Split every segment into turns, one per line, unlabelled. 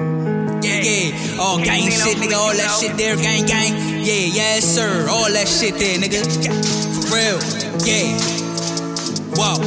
Yeah, yeah. All gang shit, nigga. All that shit there, gang, gang. Yeah, yes, sir. All that shit there, nigga. For real. Yeah. Whoa.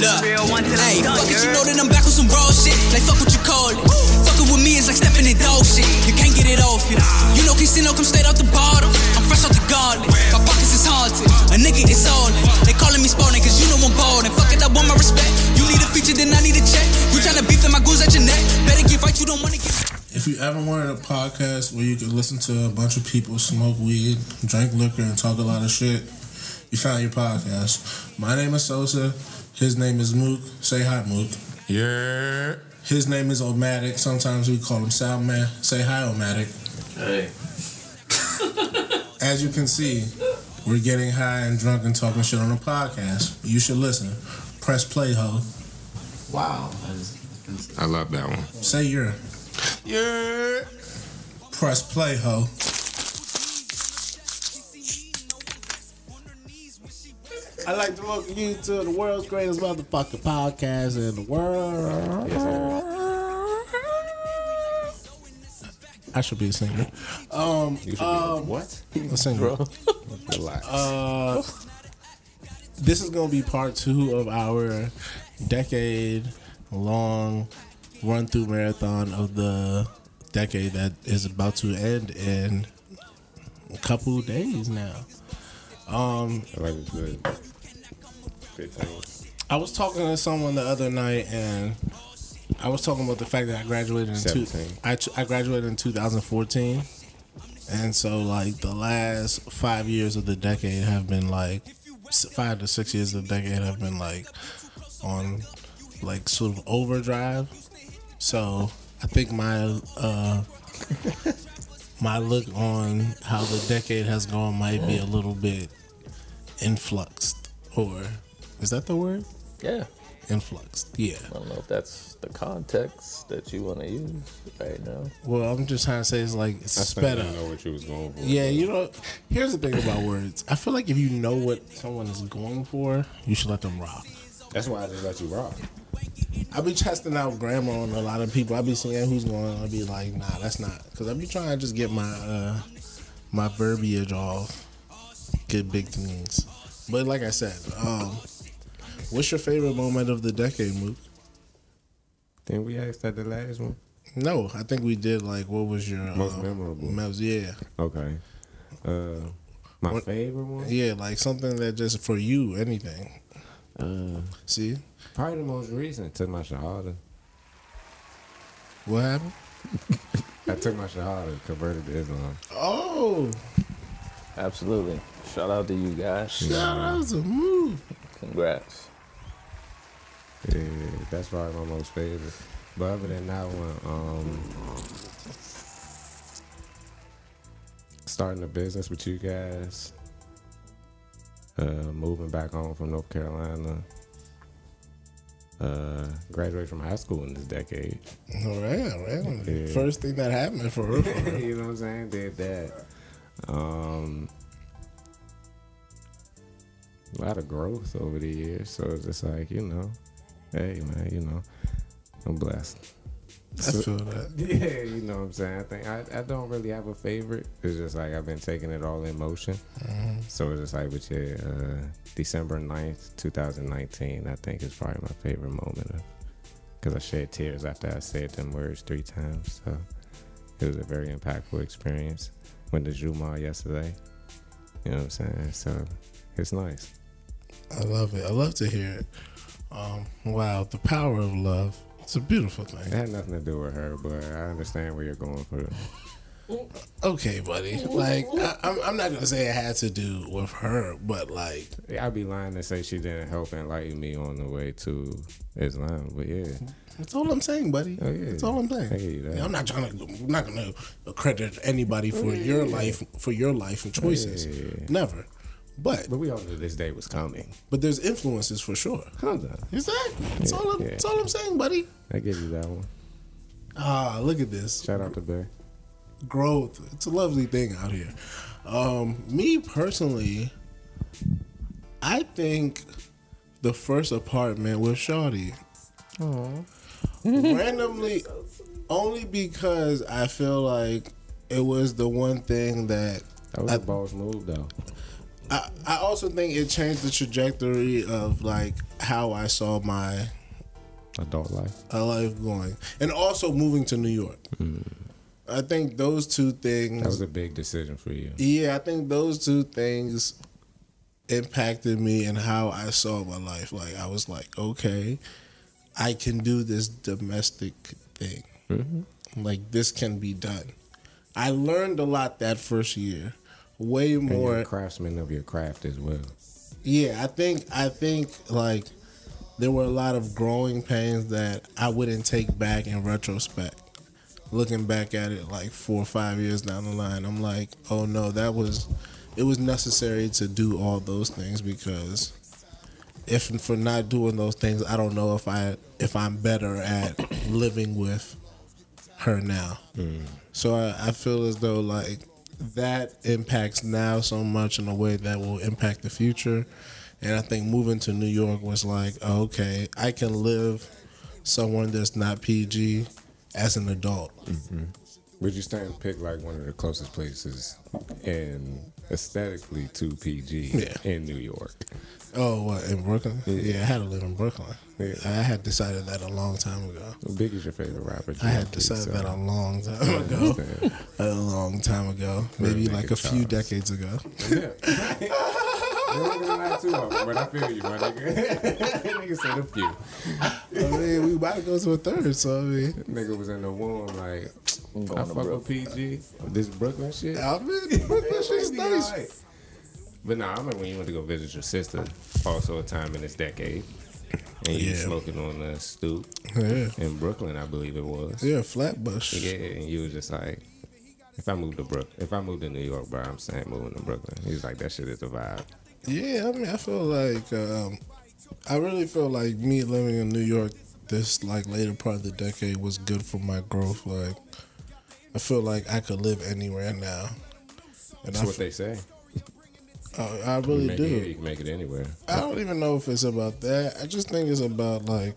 Look.
Real one to the
Hey,
done,
fuck it. You
girl.
know that I'm back on some raw shit. Like, fuck what you call it. Fucking with me is like stepping in dog shit. You can't get it off you. You know, Casino come straight out the bottle. I'm fresh out the garden. My pockets is haunted. A nigga is on it. They calling me spawning, cause you know I'm ballin'. Fuck it, I want my respect. You need a feature, then I need a check. You tryna beef, then my goons at your neck. Better get right, you don't wanna get.
If you ever wanted a podcast where you could listen to a bunch of people smoke weed, drink liquor, and talk a lot of shit, you found your podcast. My name is Sosa. His name is Mook. Say hi, Mook.
Yeah.
His name is Omatic. Sometimes we call him Soundman. Say hi, Omatic.
Hey,
As you can see, we're getting high and drunk and talking shit on a podcast. You should listen. Press play, ho.
wow. I just-
I love that one.
Say your
Yeah.
press play, ho.
I'd like to welcome you to the world's greatest motherfucking podcast in the world.
Yes, sir.
I should be a singer.
Um,
what?
A singer.
Um, Relax.
Uh, this is going to be part two of our decade long run through marathon of the decade that is about to end in a couple of days now.
I like it good. Good thing.
I was talking to someone the other night, and I was talking about the fact that I graduated in two,
17.
I, ch- I graduated in 2014, and so like the last five years of the decade have been like s- five to six years of the decade have been like on like sort of overdrive. So I think my uh, my look on how the decade has gone might be a little bit influxed, or is that the word?
Yeah.
influxed. Yeah.
I don't know if that's the context that you want to use right now.
Well, I'm just trying to say it's like it's
I
sped up.
didn't know what you was going for.
Yeah, you know. Here's the thing about words. I feel like if you know what someone is going for, you should let them rock.
That's why I just let you rock.
I be testing out grammar on a lot of people. I be seeing who's going. I be like, nah, that's not. Cause I be trying to just get my uh my verbiage off. Get big things. But like I said, um, what's your favorite moment of the decade, Mook?
Didn't we ask that the last one?
No, I think we did. Like, what was your
Most
uh,
memorable.
Most, yeah.
Okay. Uh, my
What-
favorite one?
Yeah, like something that just for you, anything.
Uh,
See
probably the most recent. Took my Shahada.
what happened?
I took my Shahada, converted to Islam.
Oh,
Absolutely. Shout out to you guys.
shout out to move.
Congrats.
Yeah, that's probably my most favorite. But other than that one, um, starting a business with you guys, uh, moving back home from North Carolina, uh, graduated from high school in this decade.
All right, all right.
Yeah.
First thing that happened for real. for real.
you know what I'm saying? Did that. Um, a lot of growth over the years, so it's just like you know, hey man, you know, I'm blessed.
I feel that.
Yeah, you know what I'm saying. I think I, I don't really have a favorite. It's just like I've been taking it all in motion. So it's just like with your uh, December 9th, 2019, I think is probably my favorite moment of because I shed tears after I said them words three times. So it was a very impactful experience. Went to Juma yesterday. You know what I'm saying? So it's nice.
I love it. I love to hear it. Um, wow, the power of love. It's a beautiful
It
thing.
had nothing to do with her, but I understand where you're going for it.
Okay, buddy. Like I, I'm, I'm not gonna say it had to do with her, but like
I'd be lying to say she didn't help enlighten me on the way to Islam, but yeah,
that's all I'm saying, buddy.
Oh, yeah.
That's all I'm
I
saying.
hear you there.
Yeah, I'm not trying to. I'm not gonna credit anybody for your life for your life and choices.
Yeah.
Never. But
but we all knew this day was coming.
but there's influences for sure.
Honda,
Exactly. That's all. I'm,
yeah.
That's all I'm saying, buddy.
I give you that one.
Ah, look at this
Shout out to Bay.
growth. It's a lovely thing out here. Um, me personally, I think the first apartment with Shawty. Randomly, Only because I feel like it was the one thing that
That was
I-
a bold move, though.
I, I also think it changed the trajectory of like how I saw my
Adult life.
uh, life going, and also moving to New York. I think those two things.
That was a big decision for you.
yeah, I think those two things impacted me and how I saw my life. Like I was like, okay, I can do this domestic thing.
Mm-hmm.
Like this can be done. I learned a lot that first year, way
And
more
you're a craftsman of your craft as well.
yeah, I think I think like there were a lot of growing pains that I wouldn't take back in retrospect. Looking back at it like four or five years down the line, I'm like, oh no, that was it was necessary to do all those things because if for not doing those things, I don't know if I if I'm better at living with her now. So I, I feel as though like that impacts now so much in a way that will impact the future. And I think moving to New York was like, okay, I can live somewhere that's not PG as an adult.
Would you stay and pick like one of the closest places and aesthetically to PG
Yeah.
in New York?
Oh, what, in Brooklyn? Yeah. I had to live in Brooklyn.
Yeah.
I had decided that a long time ago.
How big is your favorite rapper?
I had
GLP,
decided
so-
that a long time ago.
understand.
a long time ago. Maybe
Nigga
like a few
Charles.
decades ago.
Yeah. We're not gonna lie too often, but I feel you, my nigga. nigga said a few.
I mean, we about to go to a third, so I mean,
Nigga was in the womb like, I
going to
fuck with PG. This Brooklyn shit.
I mean, that shit's
Maybe you're
nice.
right. But nah, I remember when you went to go visit your sister, also a time in this decade, and you
Yeah.
smoking on the stoop
Yeah.
in Brooklyn, I believe it was.
Yeah, Flatbush.
Yeah, and you was just like, if I move to Brook, if I move to New York, bro, I'm saying moving to Brooklyn. He was like, that shit is the vibe.
Yeah, I mean, I feel like um, I really feel like me living in New York this like later part of the decade was good for my growth. Like, I feel like I could live anywhere now, and I,
That's what
f-
they say.
I, I
You
really
make it here,
do.
you can make it anywhere.
I don't even know if it's about that. I just think it's about like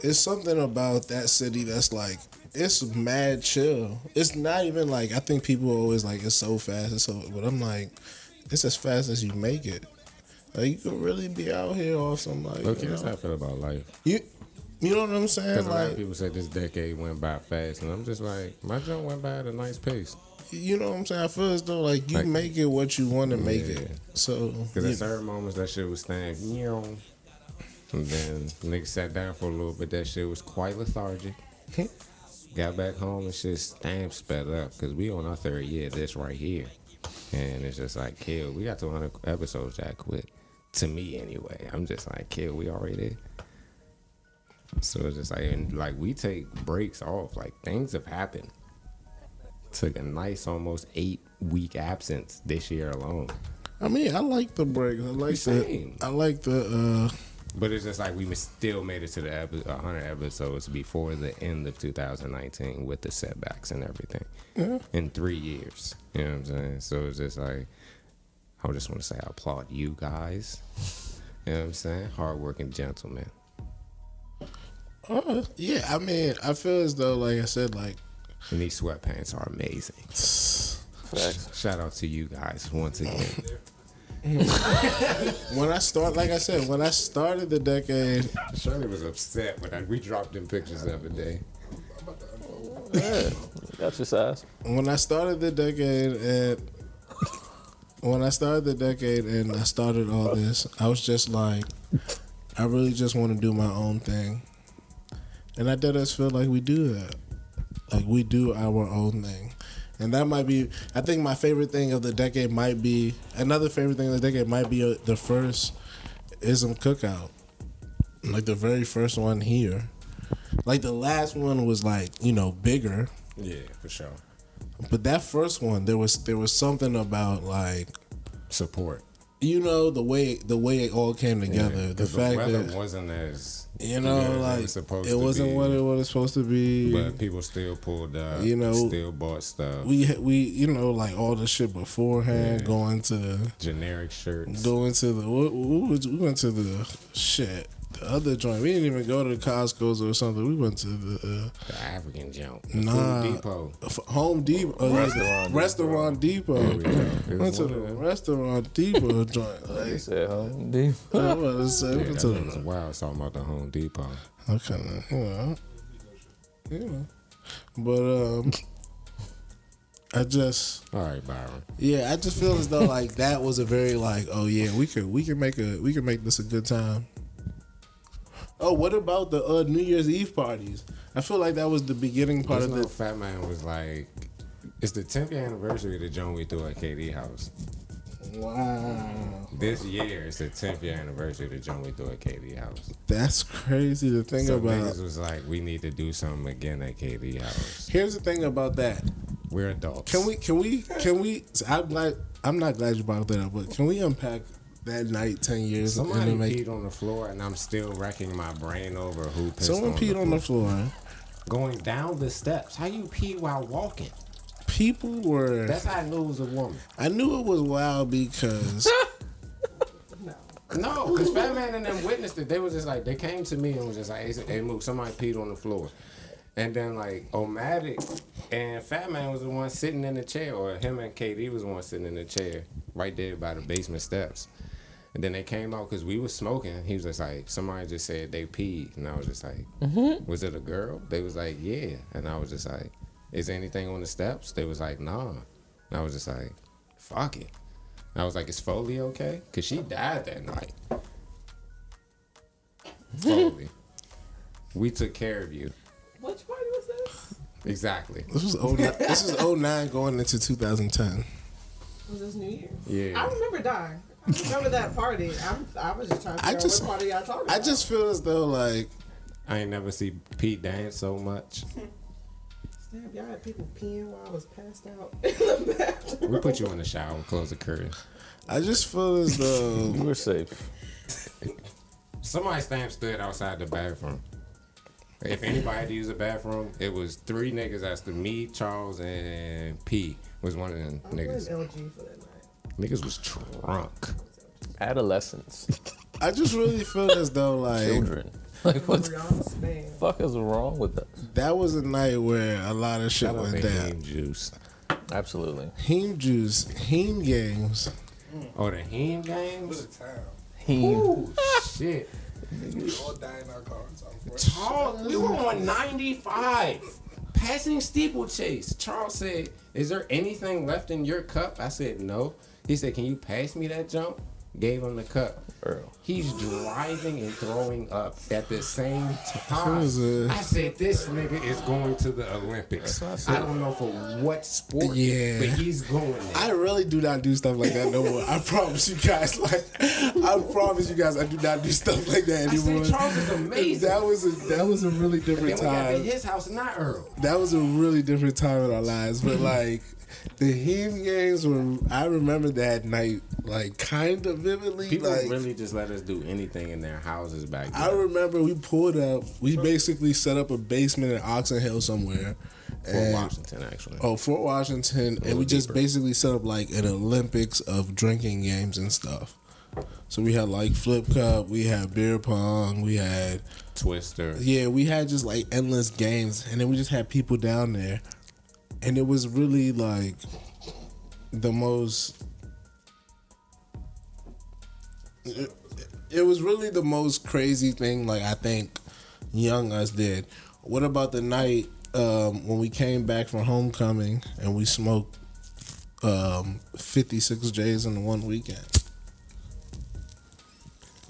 it's something about that city that's like it's mad chill. It's not even like I think people are always like it's so fast and so but I'm like it's as fast as you make it. Like you could really be out here off some like
Okay,
you,
that's how I
know,
feel about life.
you you know what I'm saying?
Because a lot of
Like
people say this decade went by fast, and I'm just like, my jump went by at a nice pace.
you know what I'm saying? I feel as though like you
Like-
make it what you want to make
Yeah.
it. So
Because
you-
at certain moments, that shit was staying. meow. And then nigga sat down for a little bit. That shit was quite lethargic. Got back home and shit stamp sped up. Because we on our third year of this right here. And it's just like, kill. We got to 100 episodes that quick. To me, anyway. I'm just like, kill. We already did. So it's just like, and like we take breaks off. Like things have happened. Took a nice almost eight week absence this year alone.
I mean, I like the break. I like the
Same.
I like the uh
But it's just like we mis- still made it to the epi- 100 episodes before the end of 2019 with the setbacks and everything in three years. You know what I'm saying? So it's just like, I just want to say I applaud you guys. You know what I'm saying? Hardworking gentlemen.
Uh, yeah, I mean, I feel as though, like I said, like
And these sweatpants are amazing.
Facts.
Shout out to you guys once again.
when I start, like I said, when I started the decade,
Shirley was upset when I, we dropped them pictures the other day.
Yeah. Got your size.
when I started the decade, and when I started the decade, and I started all this, I was just like, I really just want to do my own thing, and I did us feel like we do that, like we do our own thing. And that might be, I think my favorite thing of the decade might be, another favorite thing of the decade might be uh, the first Ism Cookout. Like the very first one here. Like the last one was like, you know, bigger.
Yeah, for sure.
But that first one, there was there was something about like
Support.
you know the way the way it all came together.
Yeah, 'cause
the fact
weather
that
wasn't as
you know
yeah, it was
like
supposed
it
to
wasn't
be.
what it was supposed to be.
But people still pulled up.
You know,
still bought stuff.
we ha- we you know like all the shit beforehand
Yeah.
going to
generic shirts.
going to the we, we, was- we went to the shit the other joint. We didn't even go to the Costco's or something. We went to the uh,
The African jump. The
Nah.
Food Depot.
f- Home Depot, uh, restaurant,
Restaurant
restaurant Depot.
There we go. It
Went
was
to
one
the
of them.
restaurant Depot joint.
You
Like,
said Home Depot.
I was gonna say, we
Yeah,
went
that
to
shit was
the
wild talking about the Home Depot.
Okay, man. you know, you know. But um, I just
All right, Byron.
yeah, I just feel as though like that was a very like oh yeah we could we could make a we could make this a good time. Oh, what about the uh, New Year's Eve parties? I feel like that was the beginning part
This
of
little
the.
fat man was like, it's the 10th year anniversary of the joint we threw at KD house.
Wow,
This year is the 10th year anniversary of the joint we threw at KD house.
that's crazy to think
So
about.
niggas was like, we need to do something again at KD house.
Here's the thing about that.
We're adults.
Can we? Can we? Can we? I'm glad. I'm not glad you brought that up, but can we unpack that night ten years
Somebody
and make
peed on the floor, and I'm still wrecking my brain over who pissed
Someone
on
peed
the
on the
floor.
floor.
Going down the steps. How you pee while walking?
People were.
That's how I knew it was a woman.
I knew it was wild because
No, because Fat Man and them witnessed it. They was just like, they came to me and was just like, hey, hey Mook, somebody peed on the floor. And then, like, Omatic and Fat Man was the one sitting in the chair, or him and KD was the one sitting in the chair right there by the basement steps. And then they came out because we was smoking. He was just like, somebody just said they peed. And I was just like, was it a girl? They was like, yeah. And I was just like, is there anything on the steps? They was like, nah. And I was just like, fuck it. I was like, is Foley okay? Because she died that night. Foley. we took care of you.
Which party was this?
Exactly.
this was 09, this is 09 going into 2010.
Was this New Year's?
Yeah.
I remember dying. I remember that party. I'm, I was just trying to
I
figure out
just-
what party y'all talking
I
about.
just feel as though like
I ain't never see Pete dance so much.
Damn, y'all had people peeing while I was passed out in the bathroom.
We put you in the shower and close the curtain.
I just feel as though
You were safe.
Somebody stand stood outside the bathroom. If anybody had to use the bathroom, it was three niggas after me, Charles, and P was one of them
I was
niggas.
in LG for that night.
Niggas was drunk.
Adolescents,
I just really feel as though like
children. Like what the
Rihanna's man.
fuck is wrong with that?
that was a night where a lot of shit
Shout out
went
to
down.
Heme Juice.
Absolutely.
Heme juice, heme games.
Oh, the Heme games?
time.
He
Ooh, shit.
We all die in our cars.
Charles, we were on 95. Passing steeplechase. Charles said, Is there anything left in your cup? I said, No. He said, Can you pass me that jump? Gave him the cup.
Earl.
He's driving and throwing up at the same
Who is
time.
this?
I said, This nigga is going to the Olympics. I don't know for what sport,
Yeah.
but he's going there.
I really do not do stuff like that no more. I promise you guys. Like, I promise you guys, I do not do stuff like that
I said,
anymore.
Charles is amazing.
That was a that was a really
then
different
we got to
time.
his house, not Earl.
that was a really different time in our lives.
Mm-hmm.
But like the Heem games were, I remember that night like kind of vividly.
People
like
really just let us do anything in their houses back then.
I remember we pulled up. We basically set up a basement in Oxon Hill somewhere.
Or
and-
Washington, actually.
Oh, Fort Washington, and we just basically set up like an Olympics of drinking games and stuff. So we had like flip cup, we had beer pong, we had
Twister.
Yeah, we had just like endless games, and then we just had people down there, and it was really like the most. It, it was really the most crazy thing. Like I think young us did. What about the night um, when we came back from homecoming and we smoked um, fifty six J's in one weekend?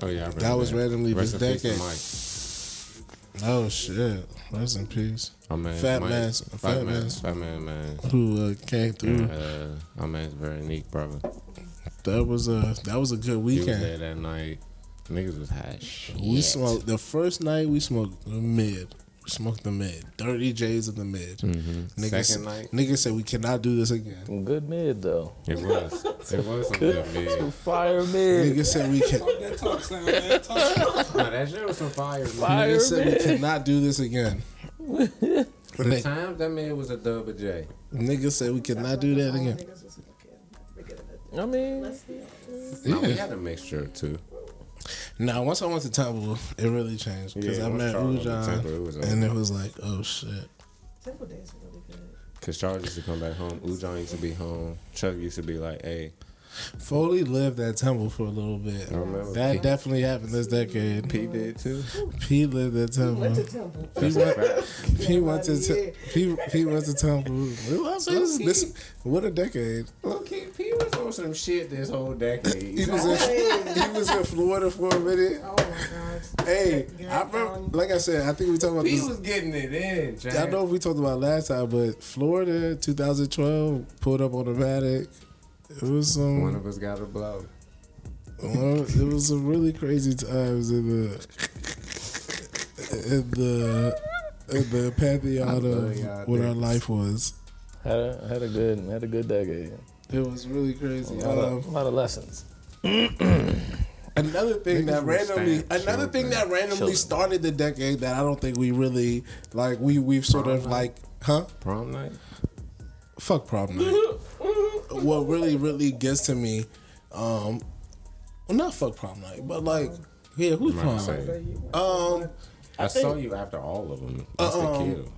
Oh yeah, I remember
That was randomly
Rest
this
in peace to
decade.
Mike.
Oh shit! Rest in peace.
Our man,
Fat
Mike,
man's-
fat,
fat
man,
man's-
fat man, man.
Who uh, came through?
Uh, our man's very neat, brother.
That was a that was a good
He was
weekend.
there that night. Niggas was high. as shit.
We smoked the first night. We smoked the mid. We smoked the mid. Thirty J's of the mid. Niggas,
Second night?
niggas said we cannot do this again.
Good mid though.
It was. It was some good mid. No,
Fire mid.
Niggas said we can.
That talk sound. That talk.
that shit was some fire. Man.
Fire
Niggas said we
mid.
cannot do this again.
The
Niggas
time that man was a double J.
niggas said we cannot do that again.
Niggas was looking at the beginning of
I mean,
the-
No, we
Yeah.
had a mixture too.
Now, once I went to Temple, it really changed because
Yeah,
I
once
met
Charles went to
Ujan,
Temple, it was
and it was like, oh shit.
Temple Dance is really good.
Cause Charles used to come back home. Ujon used to be home. Chuck used to be like, "Hey,
Foley lived at Temple for a little bit.
remember.
That definitely happened this decade.
P did too."
P lived at
We went to
Temple.
Temple.
That's a fact.
P went to
Yeah.
Te- P P went to Temple. This, this, this, what a decade.
Look, he, he was on some shit this whole decade.
He was in he was in Florida for a minute.
Oh my God.
Hey, I remember, like I said, I think we talked about
he
this.
was getting it in. Jack.
I don't know if we talked about it last time, but Florida 2012 pulled up automatic. It was some.
One of us got a blow.
Well, it was some really crazy times in the in the in the pantheon
y'all
of what our
dicks.
life was.
Had a, had a good had a good decade.
It was really crazy.
A lot, of,
Um,
a lot of lessons.
another thing that
Niggas were
randomly,
stabbed,
another thing
children.
that randomly
Children.
started the decade that I don't think we really like. We we've sort of like, huh?
Prom night.
Fuck problem. what really really gets to me, um, well, not fuck problem night, but like, yeah, who's
I'm about to
problem?
say.
Um.
I, saw you after all of them. That's
Uh, um,
the kid.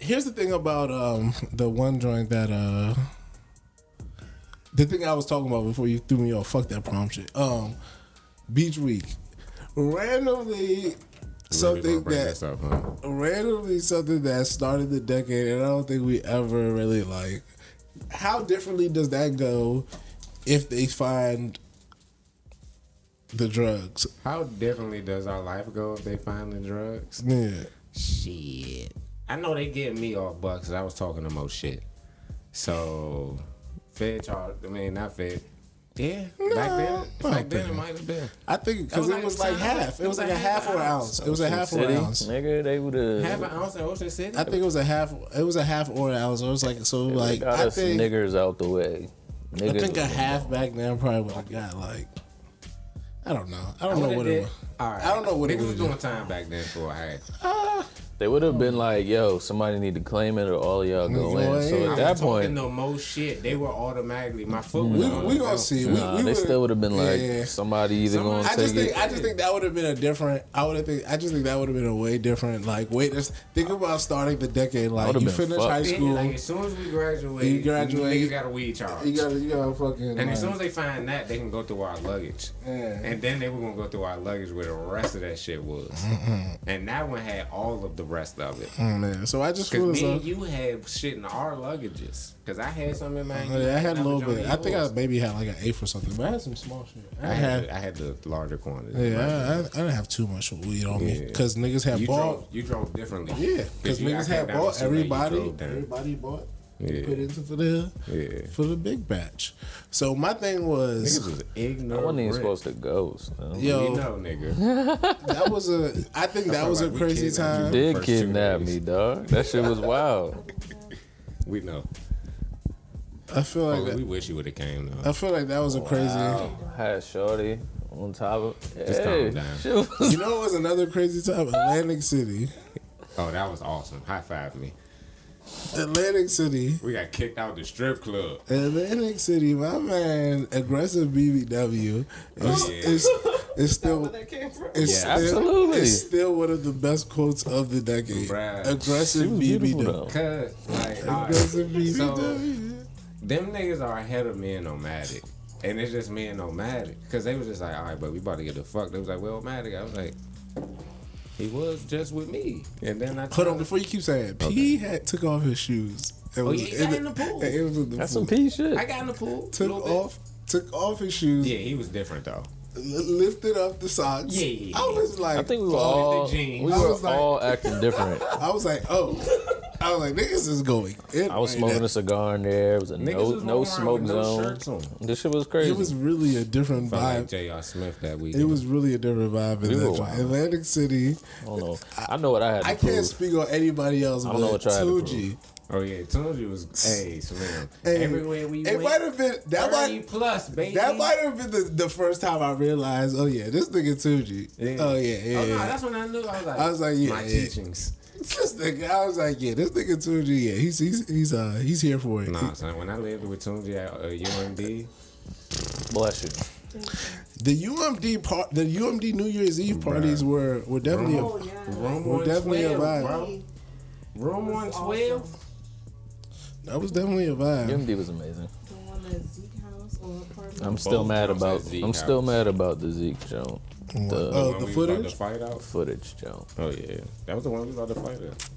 here's the thing about um the one joint that uh the thing I was talking about before you threw me off. Fuck that prom shit. Um, Beach Week, randomly something that
up, huh?
randomly something that started the decade, and I don't think we ever really like. How differently does that go if they find the drugs?
How differently does our life go if they find the drugs?
Yeah.
Shit. I know they get me off bucks 'cause I was talking the most shit. So, Fed charged, I mean, not Fed. Yeah, back then,
I
back
don't
then it
think-
might have been.
I think because
That
it
was
was
like
like half. It was like a half or an ounce. It was a half or an
City,
ounce.
nigga, they would
Half an
have.
ounce in Ocean City?
I think it was a half. It was a half or an ounce. It was like so. Like
got
I
us
think
niggers out the way. Niggas
I think a
was-
half back then probably would have got like. I don't know. I don't know
would've
what
did-
it was.
All right.
I don't know what it
Niggas was
would've
doing time back then for a half.
They would have been like, "Yo, somebody need to claim it, or all y'all go
Go
in."
in.
So
I
at
was
that
talking
point,
the most shit. They were automatically my foot. Was
We,
on
we
the
gonna
belt.
see. We,
nah,
we
they
would've-
still would have been like,
Yeah.
"Somebody either
Somebody-
going to
I just
take
think
it."
I just think that would have been a different. I would have think. I just think that would have been a way different. Like wait, just think about starting the decade. Like
would've
you
been
finish
fucked.
high
Then,
school,
Like, as soon as we graduate,
You graduate.
niggas got a weed charge.
you gotta you gotta fucking.
And
like,
as soon as they find that, they can go through our luggage. And then they were gonna go through our luggage where the rest of that shit was. And that one had all of the rest of it.
Mm, man. So I just
Cause
feel as
me
though.
and you had shit in our luggages. Cause I had some in mine. you
Oh, Yeah, I had a little
another
bit. I
joint in
think I
yours.
maybe had like an eighth or something, but I had some small shit.
I had I had the larger quantity.
Yeah,
right?
I, I, I didn't have too much weed on me
Yeah.
because niggas had
you drove
bought.
you drove differently.
Yeah, because
you- I
niggas
came
had
down
bought
to you, you
everybody.
drove down.
Everybody bought.
Yeah.
Put into for the
Yeah.
for the big batch. So my thing
Niggas
was
was ignorant.
I wasn't even supposed to go. So.
You
yo,
know, nigga.
that was a. I think that
felt
was a
like we
crazy
kidnapped you.
time.
Did
First two
kidnap
days.
me, dog. That shit was wild.
We know.
I feel like
Oh, we
that, Uh,
wish you would have came though.
I feel like that was a crazy.
Had Shorty on top of.
Oh. Just calm
Hey,
down.
shit was-
You know, it was another crazy time. Atlantic City,
Oh, that was awesome. High five me.
Atlantic City,
We got kicked out the strip club.
Atlantic City. My man, aggressive BBW. It's,
Oh, yeah.
it's, it's still.
Where that came from?
It's
Yeah,
still,
absolutely.
It's still one of the best quotes of the decade.
Bruh.
she
Aggressive
was beautiful
BBW.
though.
Cause like alright,
Aggressive
so
BBW.
them niggas are ahead of me and nomadic. And it's just me and nomadic. Cause they was just like, all right, but we about to get the fuck. They was like, well, nomadic. I was like, he was just with me. And then I
Hold
told
on,
him-
before you keep saying, it, P had took off his shoes. It
Oh, yeah, he got in the pool.
It was in the
That's
pool.
some P shit.
I got in the pool.
Took
little bit.
off, took off his shoes,
Yeah, he was different though.
li- lifted up the socks.
Yeah, yeah,
I was like,
I think we were
fuck.
all
the jeans.
we were
I was like-
all acting different.
I was like, oh, I was like, niggas is going. in
I was
right
smoking
now.
a cigar in there. It was a
Niggas
no
was
no
walking around
smoke
with No
zone.
shirts on.
This shit was crazy.
It was really a different
Felt like
vibe.
J.R. Smith that week.
It was really a different vibe in
We
that
were
joint.
wild.
Atlantic City.
I don't know. I know what I had to
I
prove.
can't speak on anybody else but
don't know what y'all had to prove.
Tuji.
Oh yeah, told you was. Hey, Slim.
Hey,
Everywhere we
it
went.
might have been that
30
might
plus, baby.
that might have been the, the first time I realized. Oh yeah, this nigga Tuji. Oh yeah, yeah.
Oh, no,
yeah.
that's when I knew. I was like,
I was like, yeah,
my
yeah.
teachings.
this nigga, I was like, yeah, this nigga Tuji. Yeah, he's he's he's uh he's here for it.
Nah, son. When I lived with Tunji at uh, UMD,
Bless you.
The UMD part, the UMD New Year's Eve parties were were definitely
Oh,
a,
yeah.
were definitely a vibe.
Bro.
Room one twelve.
That was definitely a vibe.
UMD was amazing.
The one at Zeke House or apartment.
I'm still mad
times
about.
at Zeke
I'm still
House.
mad about the Zeke Jones. The
Oh, the
we
footage.
About to fight out.
footage Jones.
Oh yeah, that was the one we about to fight out.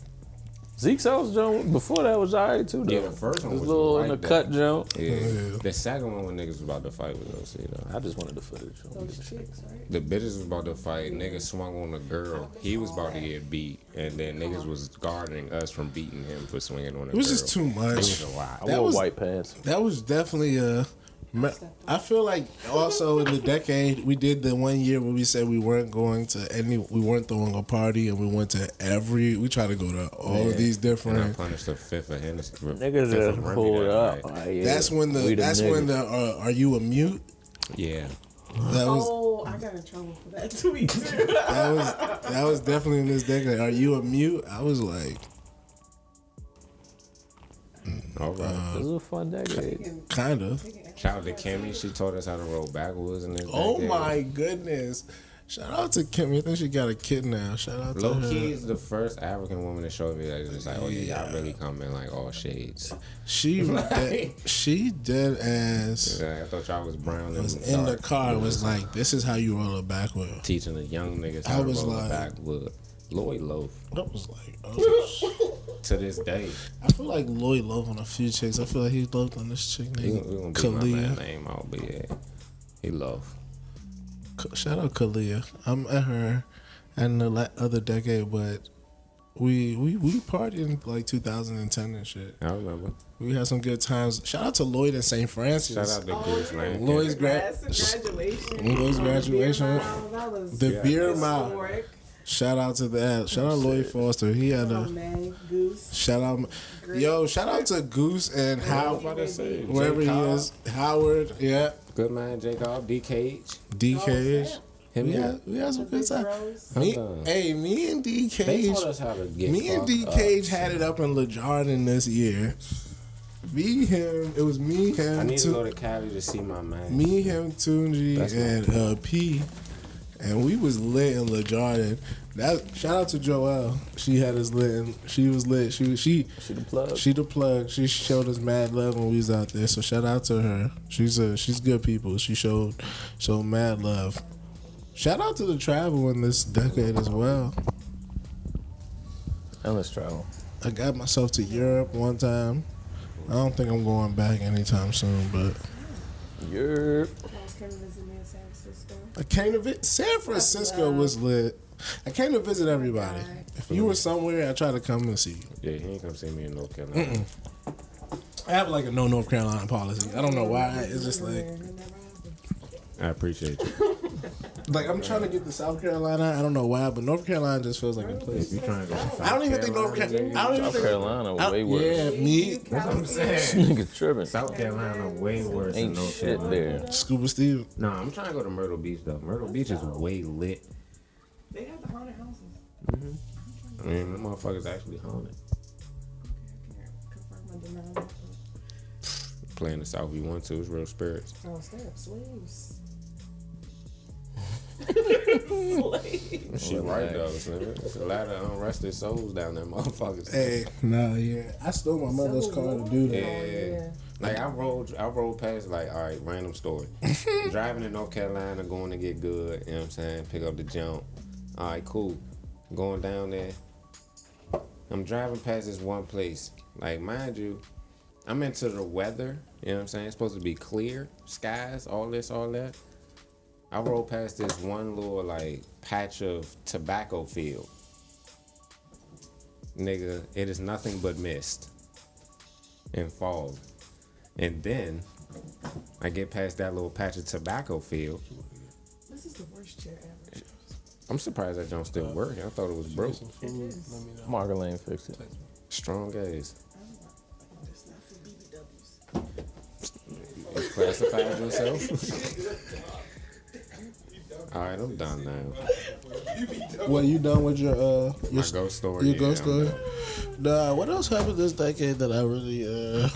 Zeke's house Jones. Before that was alright too. Though.
Yeah, the first one
This
was
little in the
like
cut
that.
Jones.
Yeah. The second one when niggas was about to fight was OC though.
I just wanted the footage. I don't give a
Those
shit.
chicks, right?
The bitches was about to fight. Niggas swung on a girl. He was about to get beat, and then niggas was guarding us from beating him for swinging on a girl.
It was just too
It
much.
was a lot.
That
Wore
was
white pants.
that was definitely a. me- I feel like also in the decade we did the one year where we said we weren't going to any, we weren't throwing a party, and we went to every. We tried to go to all of these
And I
different.
punished the fifth of Hennessy. for-
Niggas
fifth of
just
Remy
pulled
that
up.
night.
Ah, yeah.
That's when the.
We them
That's when
niggas.
the. Uh, are you a mute?
Yeah.
That was.
Oh, I got in trouble for that tweet too.
That was. That was definitely in this decade. Are you a mute? I was like,
All
Uh,
right.
This is a fun decade.
kind of.
Shout out to Kimmy. She taught us how to roll backwards and this.
Oh
that, that.
my goodness! Shout out to Kimmy. I think she got a kid now. Shout out to
Low
her.
key is the first African woman to show me that it's just like, oh yeah, y'all really come in like all shades.
She dead, she dead ass
Yeah, I thought y'all was brown.
was
and
in the
dark.
car. Was like, this is how you roll a backward.
teaching the young niggas
I
how to
was
roll
like-
like, backwood. Lloyd Loaf
I was like, oh, sh-
to this day.
I feel like Lloyd loved on a few chicks. I feel like he loved on this chick
We gonna, we
named
gonna beat my man
Kalia.
name out, but yeah, he Loaf.
K- Shout out Kalia. I'm at her and the la- other decade, but. We, we we partied in like 2010 and shit.
I remember.
We had some good times. Shout out to Lloyd and St. Francis.
Shout out to Chris Lane.
Lloyd's grad.
graduation.
Lloyd's graduation.
That was
The
Yeah.
beer mile.
historic.
Shout out to that. Shout out Lloyd Foster. He had
Oh
Um,
a
man, Goose.
shout out. Yo, shout out to Goose and Howard,
to say,
wherever he is. Howard, yeah.
Good man, J. Cobb, D. Cage.
DK.
Him,
We
Oh, yeah.
had, we had some good time.
Rose.
Me,
Hold on.
hey, me and
uh, They taught
DK.
us how to get
Me and
fucked up.
DK had it up in LeJardin this year. Me, him. It was me,
I
him,
need to go
two,
to Cali to see my man.
me, him, Tunji,
That's my-
and uh, P. And we was lit in LeJardin. That shout out to Joelle. She had us lit. And she was lit. She was she.
She the plug.
She the plug. She showed us mad love when we was out there. So shout out to her. She's a she's good people. She showed showed mad love. Shout out to the travel in this decade as well.
Endless travel.
I got myself to Europe one time. I don't think I'm going back anytime soon, but
You're
I was coming to visit me in San Francisco.
I came to visit. San Francisco was lit. I came to visit everybody. If you were somewhere, I try to come and see you.
Yeah, he ain't come see me in North Carolina.
I have like a no North Carolina policy. I don't know why. It's just like
And it never happened.
I appreciate you.
like I'm trying to get to South Carolina. I don't know why, but North Carolina just feels like a place.
You trying to go? to
I don't even think North Carolina. I don't even
South
think.
Carolina,
I-
way
yeah,
worse.
me,
I'm saying.
Niggas tripping.
South Carolina way worse than
Ain't
North
shit
Carolina.
there.
Scuba Steve.
No, I'm trying to go to Myrtle Beach though. Myrtle Beach is way lit.
They got the haunted houses.
I mean, them motherfuckers actually haunted.
Okay, I can't confirm or deny that,
Playing the South, we want to. It's real spirits.
but- Oh, snap, Oh, slaves.
She right though. son. It's a lot of unrested souls down there, motherfuckers.
Hey, nah, yeah. I stole my mother's car to do that.
Yeah, yeah. Like I rolled, I rolled past like, all right, random story. Driving in North Carolina, going to get good. You know what I'm saying? Pick up the jump. All right, cool. Going down there. I'm driving past this one place. Like, mind you, I'm into the weather. You know what I'm saying? It's supposed to be clear skies, all this, all that. I rolled past this one little like patch of tobacco field. Nigga, it is nothing but mist and fog. And then I get past that little patch of tobacco field.
This is the worst chair ever.
I'm surprised that don't still work. I thought it was broke.
Margaret Lane fixed it.
Strong ass.
It's not for BBWs.
You classified yourself. All right, I'm done now.
What you done with your uh your,
My ghost story.
your
yeah,
ghost
I'm
story?
done.
Nah, what else happened this decade that I really uh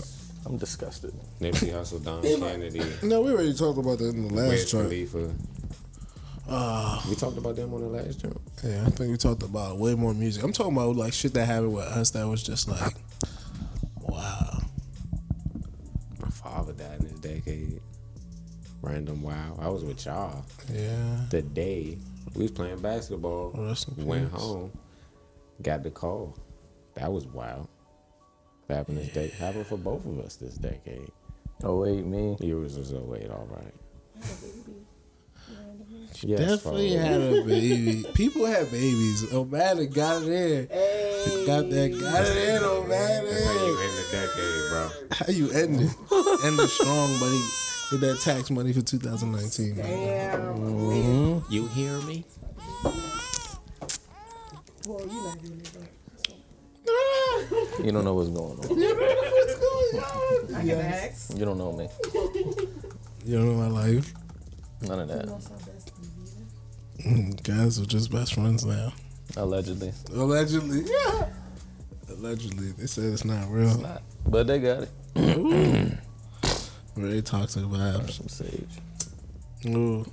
I'm disgusted.
Nipsey Hussle, Don Kennedy,
No, we already talked about that in the
Wiz
last joint.
Khalifa. we talked about them on the last joint.
Yeah, I think we talked about way more music. I'm talking about like shit that happened with us that was just like, wow.
My father died in this decade. Random wow. I was with y'all
Yeah.
the day we was playing basketball.
Rest in
Went
peace.
home, got the call. That was wild. That happened this day. Happened for both of us this decade.
Oh wait, me.
Yours was 08, all right. Yes,
Definitely
folks.
had a baby. People had babies. O'Malley got it in. Got that. Got it in,
That's how you
O'Malley.
end the decade, bro.
How you end it? End it strong, buddy. With that tax money for 2019. man.
Damn.
Mm-hmm. You hear me?
Well, you not doing it, but.
You don't know what's going on.
What's going on? I can ask.
You don't know me.
You don't know my life.
None of that.
Mm, Guys are just best friends now.
Allegedly.
Allegedly. Yeah. Allegedly. They said it's not real.
Not. But they got it.
Very toxic vibes.
Some sage.
Ooh.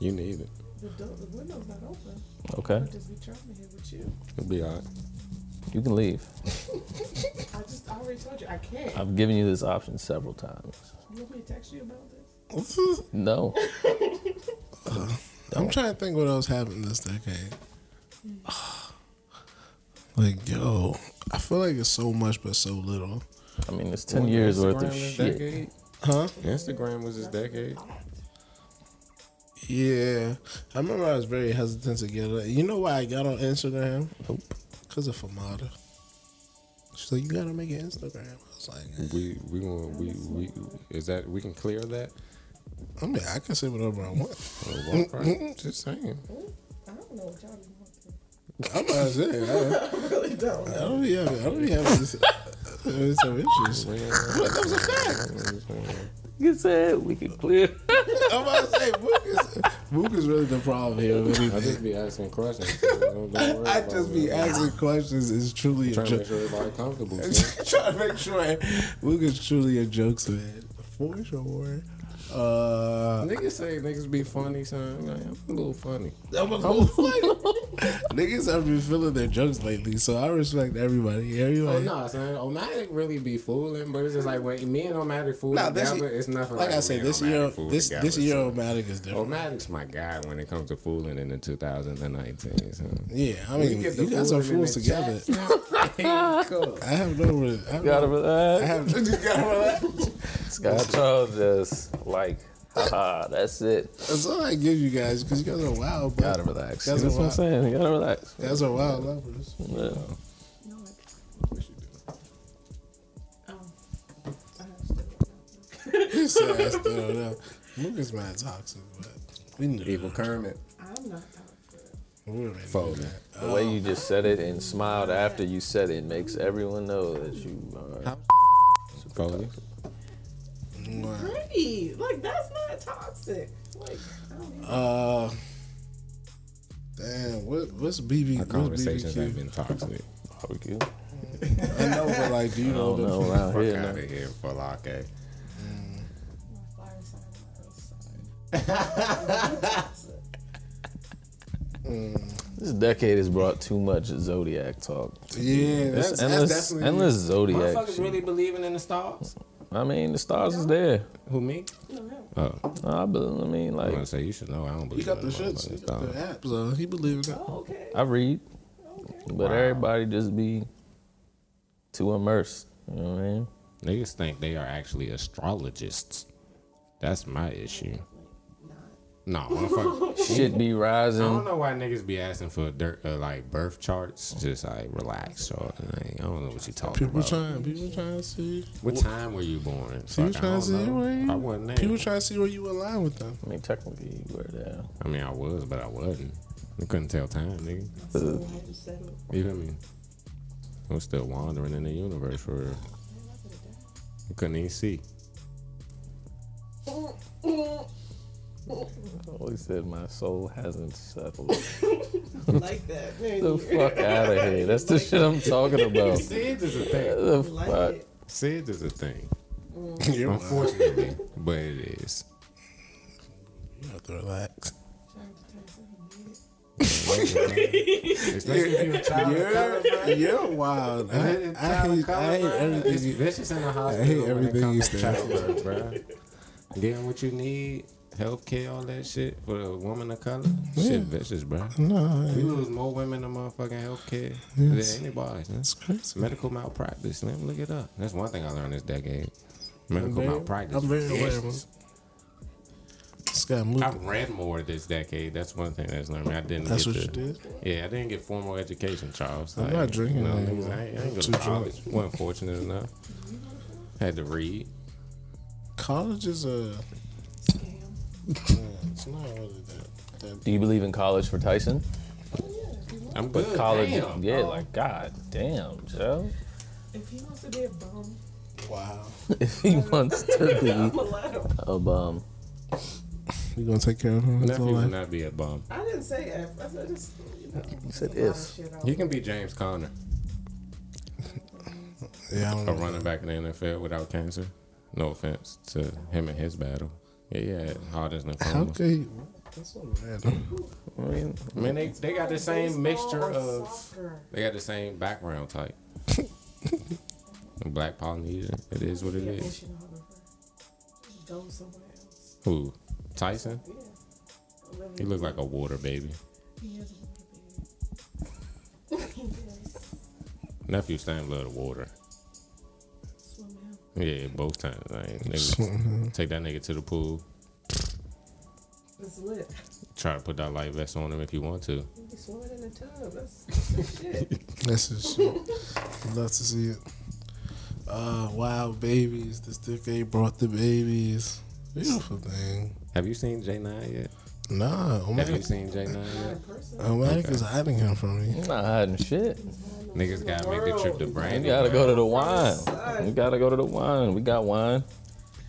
You need it.
The, door, the window's not open.
Okay.
I'll just be trying here with you.
It'll be all right.
You can leave.
I just I already told you I can't.
I've given you this option several times.
You want me to text you about this?
No.
I'm trying to think what else happened this decade. Like, yo, I feel like it's so much but so little.
I mean, it's 10 years worth
Instagram
of
was
shit.
decade?
Huh?
Instagram was this decade.
Yeah. I remember I was very hesitant to get it. You know why I got on Instagram? Nope. Because of Famada. She's like, you gotta make an Instagram. I was like, eh.
We we want we we is that we can clear that?
I mean, I can say whatever I want.
Or walk right? Just saying.
I don't know what y'all be wanting.
I'm not saying. I,
I really don't.
I don't be having, I don't be having this. It's so interesting. That was a fact.
You said we could clear.
I'm about to say, Mook is, Mook is really the problem here. with
I
anything.
just be asking questions. so don't- don't worry
I
about
just
it.
be asking questions. It's truly a
Trying to
joke.
make sure everybody comfortable. son.
Trying to make sure Mook is truly a jokes man. For sure. Uh,
niggas say niggas be funny, son. Like, I'm a little funny.
I'm a little funny. Niggas have been feeling their jokes lately, so I respect everybody.
Oh
Everybody.
no, son. Omatic really be fooling, but it's just like when me and Omatic fool
Nah, this
together,
year-
it's nothing.
Like I
me
said,
and
this
Omatic
year,
fool
this
together,
this year,
son.
Omatic is different.
Omatic's my guy when it comes to fooling in the 2019. Son.
Yeah, I mean,
get the
you guys are
fooling in
fools
the
together.
chat. Cool.
I have no. re- I have
Gotta
no- I
relax.
have just gotta relax.
Scott Charles just like, haha, that's it.
That's all I give you guys because you guys are wild. But
Gotta relax.
That's
That's what I'm
wild.
saying. You gotta relax.
you guys are wild lovers.
Yeah.
This ass though, no. Mook is mad toxic, but we knew
Evil Kermit.
I'm not.
We already knew
Fold.
that.
The way you just said it and smiled after you said it makes everyone know that you are.
Fold.
Mwah.
Pretty. Like that's not toxic. Like I don't even.
Uh, damn. What, what's BB?
Our
What's
conversations have
BBQ?
been toxic.
Barbecue.
I know, but like, do you
I
know?
don't
the-
know around
Fuck
here.
out
no.
of here, full okay.
This decade has brought too much zodiac talk.
Yeah,
It's
that's,
endless,
that's definitely.
endless zodiac.
Motherfuckers
shit.
really believing in the stars?
I mean, the stars is there.
Who me?
No, hell.
Oh,
I, be- I mean,
I'm gonna
like,
say you should know. I don't
He
believe
got the
in the
shits.
motherfucking
He got
stars.
the apps. Uh, he believed it.
Oh, okay.
I read,
Okay.
but everybody just be too immersed. You know what I mean?
Niggas think they are actually astrologists. That's my issue. No, motherfucker.
Shit be
I don't
rising.
know why niggas be asking for dirt, uh, like birth charts. Just like relax, or like, I don't know what you talking
People
about.
trying. People trying to see.
what time were you born?
People
Fuck, I
trying to
don't
see
know.
where you.
I wasn't there.
People trying to see where you align with them.
I mean, technically, you were there.
I mean, I was, but I wasn't. I couldn't tell time, nigga.
So I just settled.
You feel me? I was still wandering in the universe for real. I couldn't even see.
I always said my soul hasn't settled.
like that. Man,
the fuck out of here. That's the shit I'm talking about.
Sids is a thing.
The
like
fuck.
it.
Sids is a thing.
You're wild.
unfortunately, but it is.
You have to relax.
Especially if you're a child of color, bro.
You're wild. I,
Child
I hate,
of color,
I hate
bro.
everything.
This- This is in the hospital.
everything
everything
you
you
said.
childbirth, bro. Getting what you need, health care, all that shit for a woman of color. Shit, vicious, bro.
No,
We lose more women to motherfucking health care
Yes.
than anybody.
that's crazy.
Medical malpractice. Let me look it up. That's one thing I learned this decade. Medical
very-
malpractice.
I'm very aware,
vicious.
This guy moved.
I've read more this decade. That's one thing that's learned me. I didn't.
That's
get
what you
the-
did?
Yeah, I didn't get formal education, Charles.
I'm not drinking
You know, what I,
anymore.
mean? I ain't, I ain't go
Too
to
drunk.
college. wasn't fortunate enough. Had to read.
College is a. Yeah, it's not really that. that
Do you believe in college for Tyson?
I'm
But
good.
college,
Damn.
yeah, like God damn, Joe.
If he wants to be a bum,
wow.
If he wants to
I'm
be
allowed.
a bum,
You gonna take care of him? That's
Nephew
all
will
I.
not be a bum.
I didn't say F. I said just. You know,
said
a lot of
if.
shit out
He can be James Conner,
Yeah, I don't
a
know.
running back in the NFL without cancer. No offense to him and his battle. Yeah, yeah, hardest
How
lymphoma.
could you? That's so random.
I mean, I mean, they, they got the same mixture
Baseball or
of
soccer.
they got the same background type. Black Polynesian. It is what it
Be an
is.
oceanographer. Just Go somewhere else.
Who? Tyson?
Yeah. Olivia
He looked like a water baby.
He is a little bit.
Nephew stay in love with water.
Swim
Yeah, both times. Like, nigga, take that nigga to the pool.
It's lit.
Try to put that light vest on him if you want to.
You be swimming in the tub. That's, that's shit.
That's just shit. I'd love to see it. Uh, wild babies. This decade brought the babies. Beautiful thing.
Have you seen J9 yet?
Nah,
Have you
Omatic,
seen J9 yet?
Omatic is hiding him from me.
I'm not hiding shit.
Niggas gotta make the trip to
You
Brandy.
gotta go
bro.
to the wine. You gotta go to the wine. We got wine,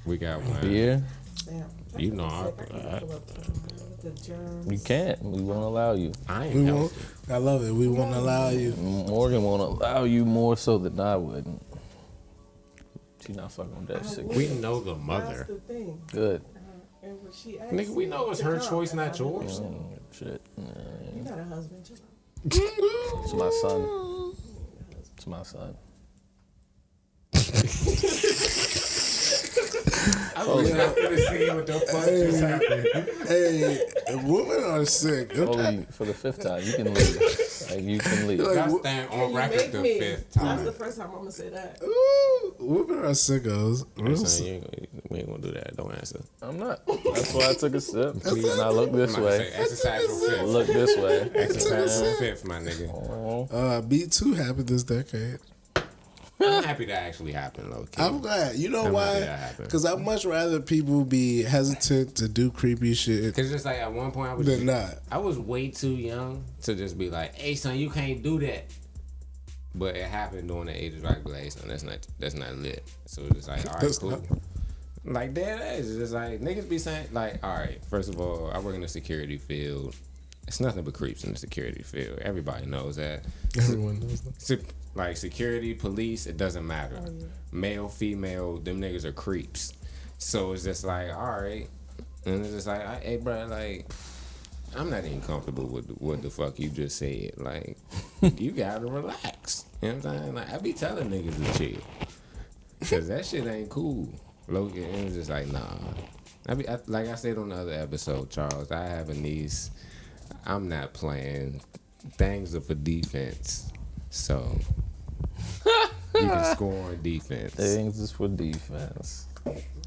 We got one.
beer.
Damn.
You know, I,
I
I,
pull up the- the germs.
You can't. We won't allow you.
I
We
ain't
won't.
healthy.
I love it. We won't allow you.
Morgan won't allow you more so than I wouldn't. She not fucking with that
I
shit.
would.
We know the
That's
mother.
the thing.
Good.
And when she asked
Nigga, we know it's her
Chill
choice,
out.
not yours.
Mm, Shit.
You're not a husband. Chill out.
It's my son. It's my son.
I wish I could have seen what the fuck just happened.
Hey, women are sick.
Holy, for the fifth time, you can leave. Like, you can leave.
Like,
I
wo-
stand on
You
record
make
the
me.
fifth
That's
time.
the first time I'm gonna say that.
Ooh, women are sickos. Real
Son,
sick.
you ain't gonna- we ain't gonna do that. Don't answer.
I'm not. That's why I took a sip. And I look this
I'm about to
way.
say exercise on fifth.
Look this way.
Exercise on fifth, my nigga.
Uh, Me Too happened this decade.
I'm happy that actually happened, low key.
I'm glad. You know
I'm happy that
why?
happened.
Because I'd much rather people be hesitant to do creepy shit
Cause just like at one point I was,
than not.
I was way too young to just be like, "Hey son, you can't do that." But it happened during the ages where I could be like, "Hey son, that's not that's not lit." So it's just like, all right,
That's
cool.
not-
Like dead ass, it's just like niggas be saying like, all right, first of all, I work in the security field. It's nothing but creeps in the security field. Everybody knows that.
Everyone knows that.
Se- like security, police, it doesn't matter. Male, female, them niggas are creeps. So it's just like, all right, and it's just like, I, hey, bro, like, I'm not even comfortable with what the fuck you just said. Like, you gotta relax. You know what I'm saying? Like, I be telling niggas to chill, cause that shit ain't cool. Logan and it's just like, nah. I be I, like I said on the other episode, Charles. I have a niece. I'm not playing. Things are for defense. So you can score on defense.
Things is for defense.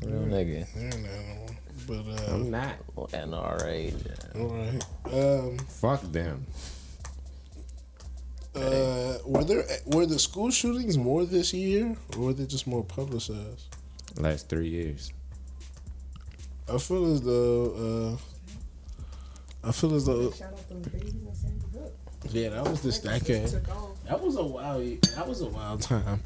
Real nigga.
You're an animal. But, uh,
I'm not.
NRA. yeah.
all right. Um,
Fuck them.
uh, were there were the school shootings more this year, or were they just more publicized?
Last three years.
I feel as though uh, I feel as though
Shout out them babies in Sandy Hook.
yeah, that was this
They
decade.
just took off.
That was a wild. That was a wild time.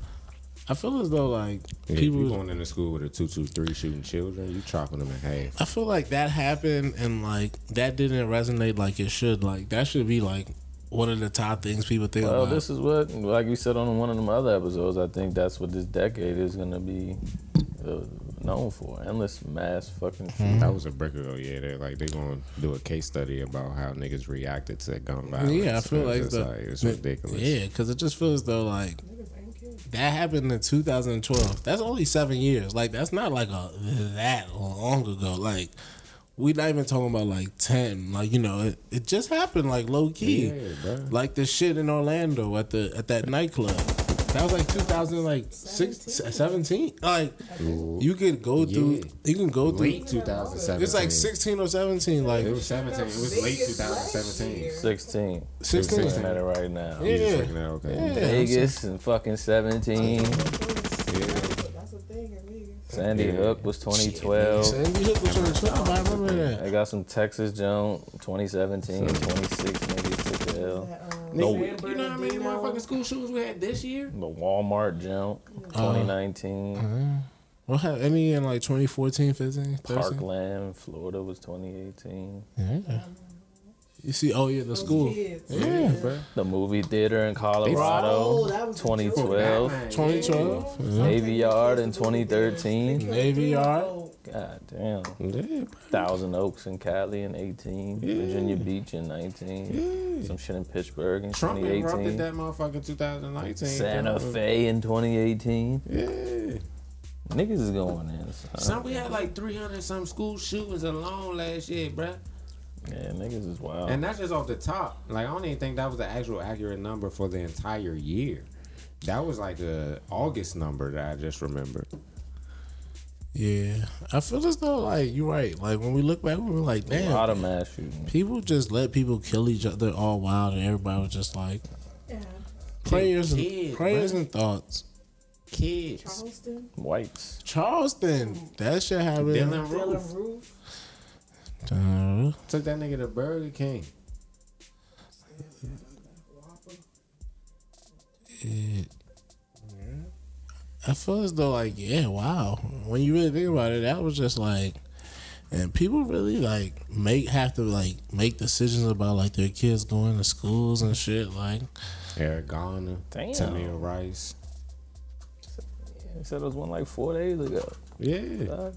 I feel as though like
Yeah, if you
people.
going into school with a two two three shooting children, you chopping them in half.
I feel like that happened and like that didn't resonate like it should. Like that should be like one of the top things people think
Well,
about.
this is what, like we said on one of them other episodes, I think that's what this decade is going to be uh, known for endless mass fucking shooting.
Hmm.
That was a brick ago. Yeah, they're like they're gonna do a case study about how niggas reacted to gun violence.
Yeah, I feel
It's
like,
just
the,
it's
the-
ridiculous.
Yeah, because it just feels though like
Niggas ain't killed.
that happened in 2012. That's only seven years. Like that's not like a that long ago. Like we not even talking about like ten. Like you know, it, it just happened like low key.
Yeah, bro.
Like the shit in Orlando at the at that nightclub. That was like 2000 like six, 17. Like you could go through.
Yeah.
You can go through.
Late 2017.
It's like 16 or 17. Like
It was 17. It was late 2017.
16.
16.
Looking at it right now.
You just
Yeah.
looking at, okay.
Yeah.
Vegas and fucking 17.
That's a thing in Vegas.
Sandy
Yeah.
Hook was 2012.
Sandy Hook was 2012. I remember that.
I got some Texas jump 2017. 26 niggas took the L.
That, um,
No.
San
You know how many
Bernardino.
motherfucking school shootings we had this year?
The Walmart jump
Uh,
2019.
What had any in like 2014, 15, 13?
Parkland, Florida was 2018.
Yeah. You see, oh yeah, the
Those
school.
kids.
Yeah, bro.
The movie theater in
Oh,
Colorado,
that was a joke.
2012.
2012. Yeah.
Navy Yard in 2013.
Navy Yard.
Oh,
God damn.
Yeah, bro.
Thousand Oaks in Cali in 18, Virginia Beach in 19, some shit in Pittsburgh in
Trump erupted
2018,
that motherfucker in 2019.
Santa
bro.
Fe in 2018.
Yeah.
Niggas is going in. son.
Some we had like 300 some school shootings alone last year, bro.
Yeah, niggas is wild.
And that's just off the top. Like I don't even think that was the actual accurate number for the entire year. That was like a August number that I just remembered.
Yeah, I feel as though like you're right. Like when we look back, we were like,
a
damn,
lot of mass shootings.
people just let people kill each other all wild, and everybody was just like
yeah.
prayers,
Kid,
and, prayers
bruh.
and thoughts.
Kids.
Charleston,
Whites.
Charleston, that shit happened.
Dylan Roof
Dylan Roof,
Uh,
took that nigga to Burger King.
it. I feel as though like, yeah, wow. When you really think about it, that was just like and people really like make have to like make decisions about like their kids going to schools and shit. Like
Eric Garner.
Damn.
Tamir Rice.
They said it was one like four days ago.
Yeah.
Fuck.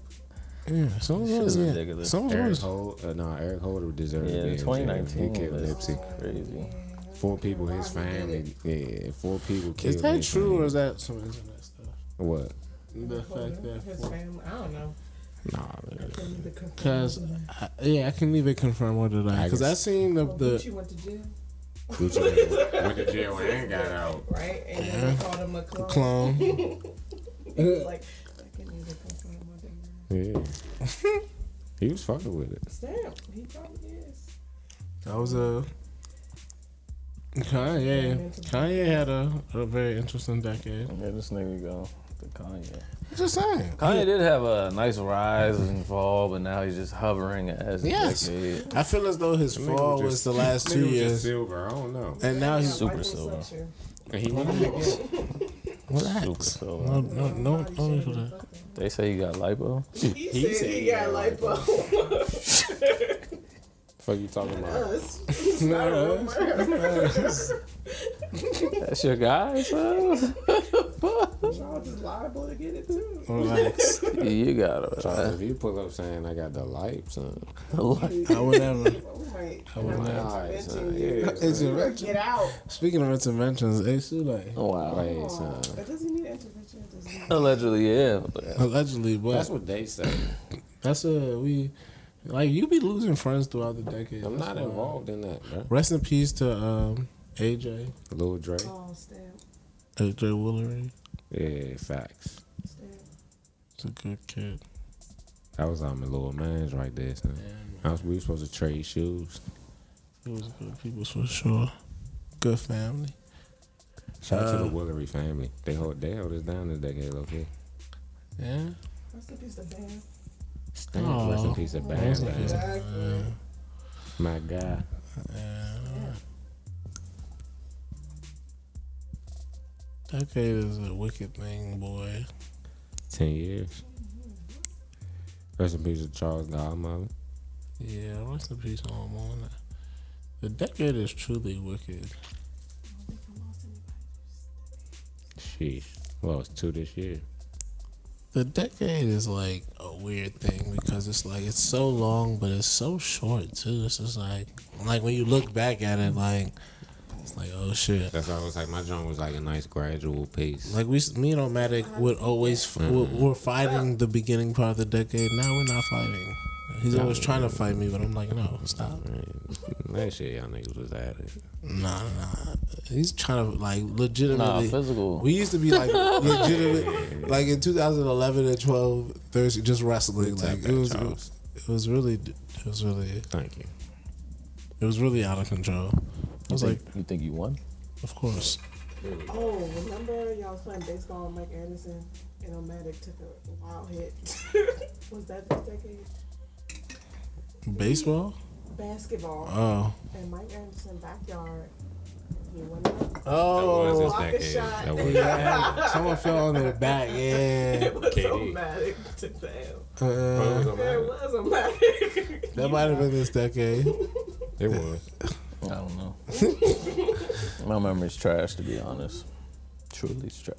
yeah, someone's
Shit
always
is
getting,
ridiculous.
someone's
Eric
always,
Holder. Uh, no, Eric Holder deserved to
Yeah,
be in jail.
2019.
He killed
was
Nipsey.
Crazy.
Four people, his family. Yeah, four people killed.
is that
his
true or
family.
is that some internet stuff?
What?
The fact
his
that
family. I don't know.
Nah, man.
Couldn't even confirm.
because yeah, I can even confirm or deny because I seen the
Well, Gucci
the
went to jail,
Gucci went- went to jail and got out.
right? And then they called him a clone.
clone.
He was like, I couldn't even confirm what they were.
Yeah. he was fucking with it.
Damn, he probably is.
That was a Kanye. Kanye had a, a very interesting decade.
Yeah, this nigga go to Kanye.
Just saying.
Kanye did have a nice rise and fall, but now he's just hovering as a
Yes.
decade.
I feel as though his fall was the last two years,
silver. I don't know.
and now he's
Super
Michael
silver.
Sutcher.
he won it again.
Super
relax.
silver.
No, no, no, no, for that.
They say you got lipo.
He, said,
said
he
he
got lipo.
Fuck you talking about?
Us.
That's your guy, son.
Y'all just liable to get it too.
Relax.
you got
Charles,
it.
if you pull up saying I got the light, son.
I would never.
But we might
I'm like,
have
alright,
to
son.
mention you.
Yeah.
It's
son.
intervention.
oh Get out.
Speaking of interventions, it's like
Wow.
Hey,
Aw,
son.
But does he need intervention? Does he?
Allegedly, yeah. But
allegedly, but
That's
that's,
what they say.
a we like you be losing friends throughout the decade.
I'm
That's
not
why.
involved in that, bro.
Rest in peace to um, AJ,
Lil Dre.
Oh, stamp,
AJ Woolery.
Yeah, facts.
stamp.
It's a good kid.
That was on my little man's right there, son. I was, we were supposed to trade shoes.
It was good people for sure. Good family.
Shout out to
Uh.
the Woolery family. They hold they held us down this decade, okay?
Yeah.
Rest in peace to Bam.
Stand
Aw.
rest in peace of bad.
Rest in peace.
Exactly.
My God.
Decade is a wicked thing, boy.
Ten years. Rest in peace to Charles Godmother.
Yeah, rest in peace, home on. The decade is truly wicked.
Sheesh. Well, it's two this year.
the decade is like a weird thing because it's like it's so long, but it's so short too. It's just like like when you look back at it, like it's like oh shit.
That's why I was like, my joint was like a nice gradual pace.
Like we, me and Omatic would always f- we're, we're fighting the beginning part of the decade. Now we're not fighting. He's always trying to fight me, but I'm like, no, stop.
Mm-hmm. that shit, y'all niggas was at it.
Nah, nah. He's trying to like
Nah,
legitimately.
physical.
We used to be like legitimate, like in 2011 and 12, there's just wrestling. Like it was,
Charles.
it was really, it was really,
Thank you.
it was really out of control. I was like,
you think you won?
of course.
Oh, remember y'all was playing baseball with Mike Anderson and Omatic took a wild hit. was that this decade?
Baseball?
Basketball.
Oh.
and Mike Anderson backyard. He went up.
was
Oh.
this
Block a
decade.
shot.
That was
Yeah. Someone fell on their back. Yeah.
It was
KD.
Omatic to fail.
Uh,
There was Omatic.
that might have been this decade.
It was.
I don't know. My memory's trash, to be honest. Truly, it's trash.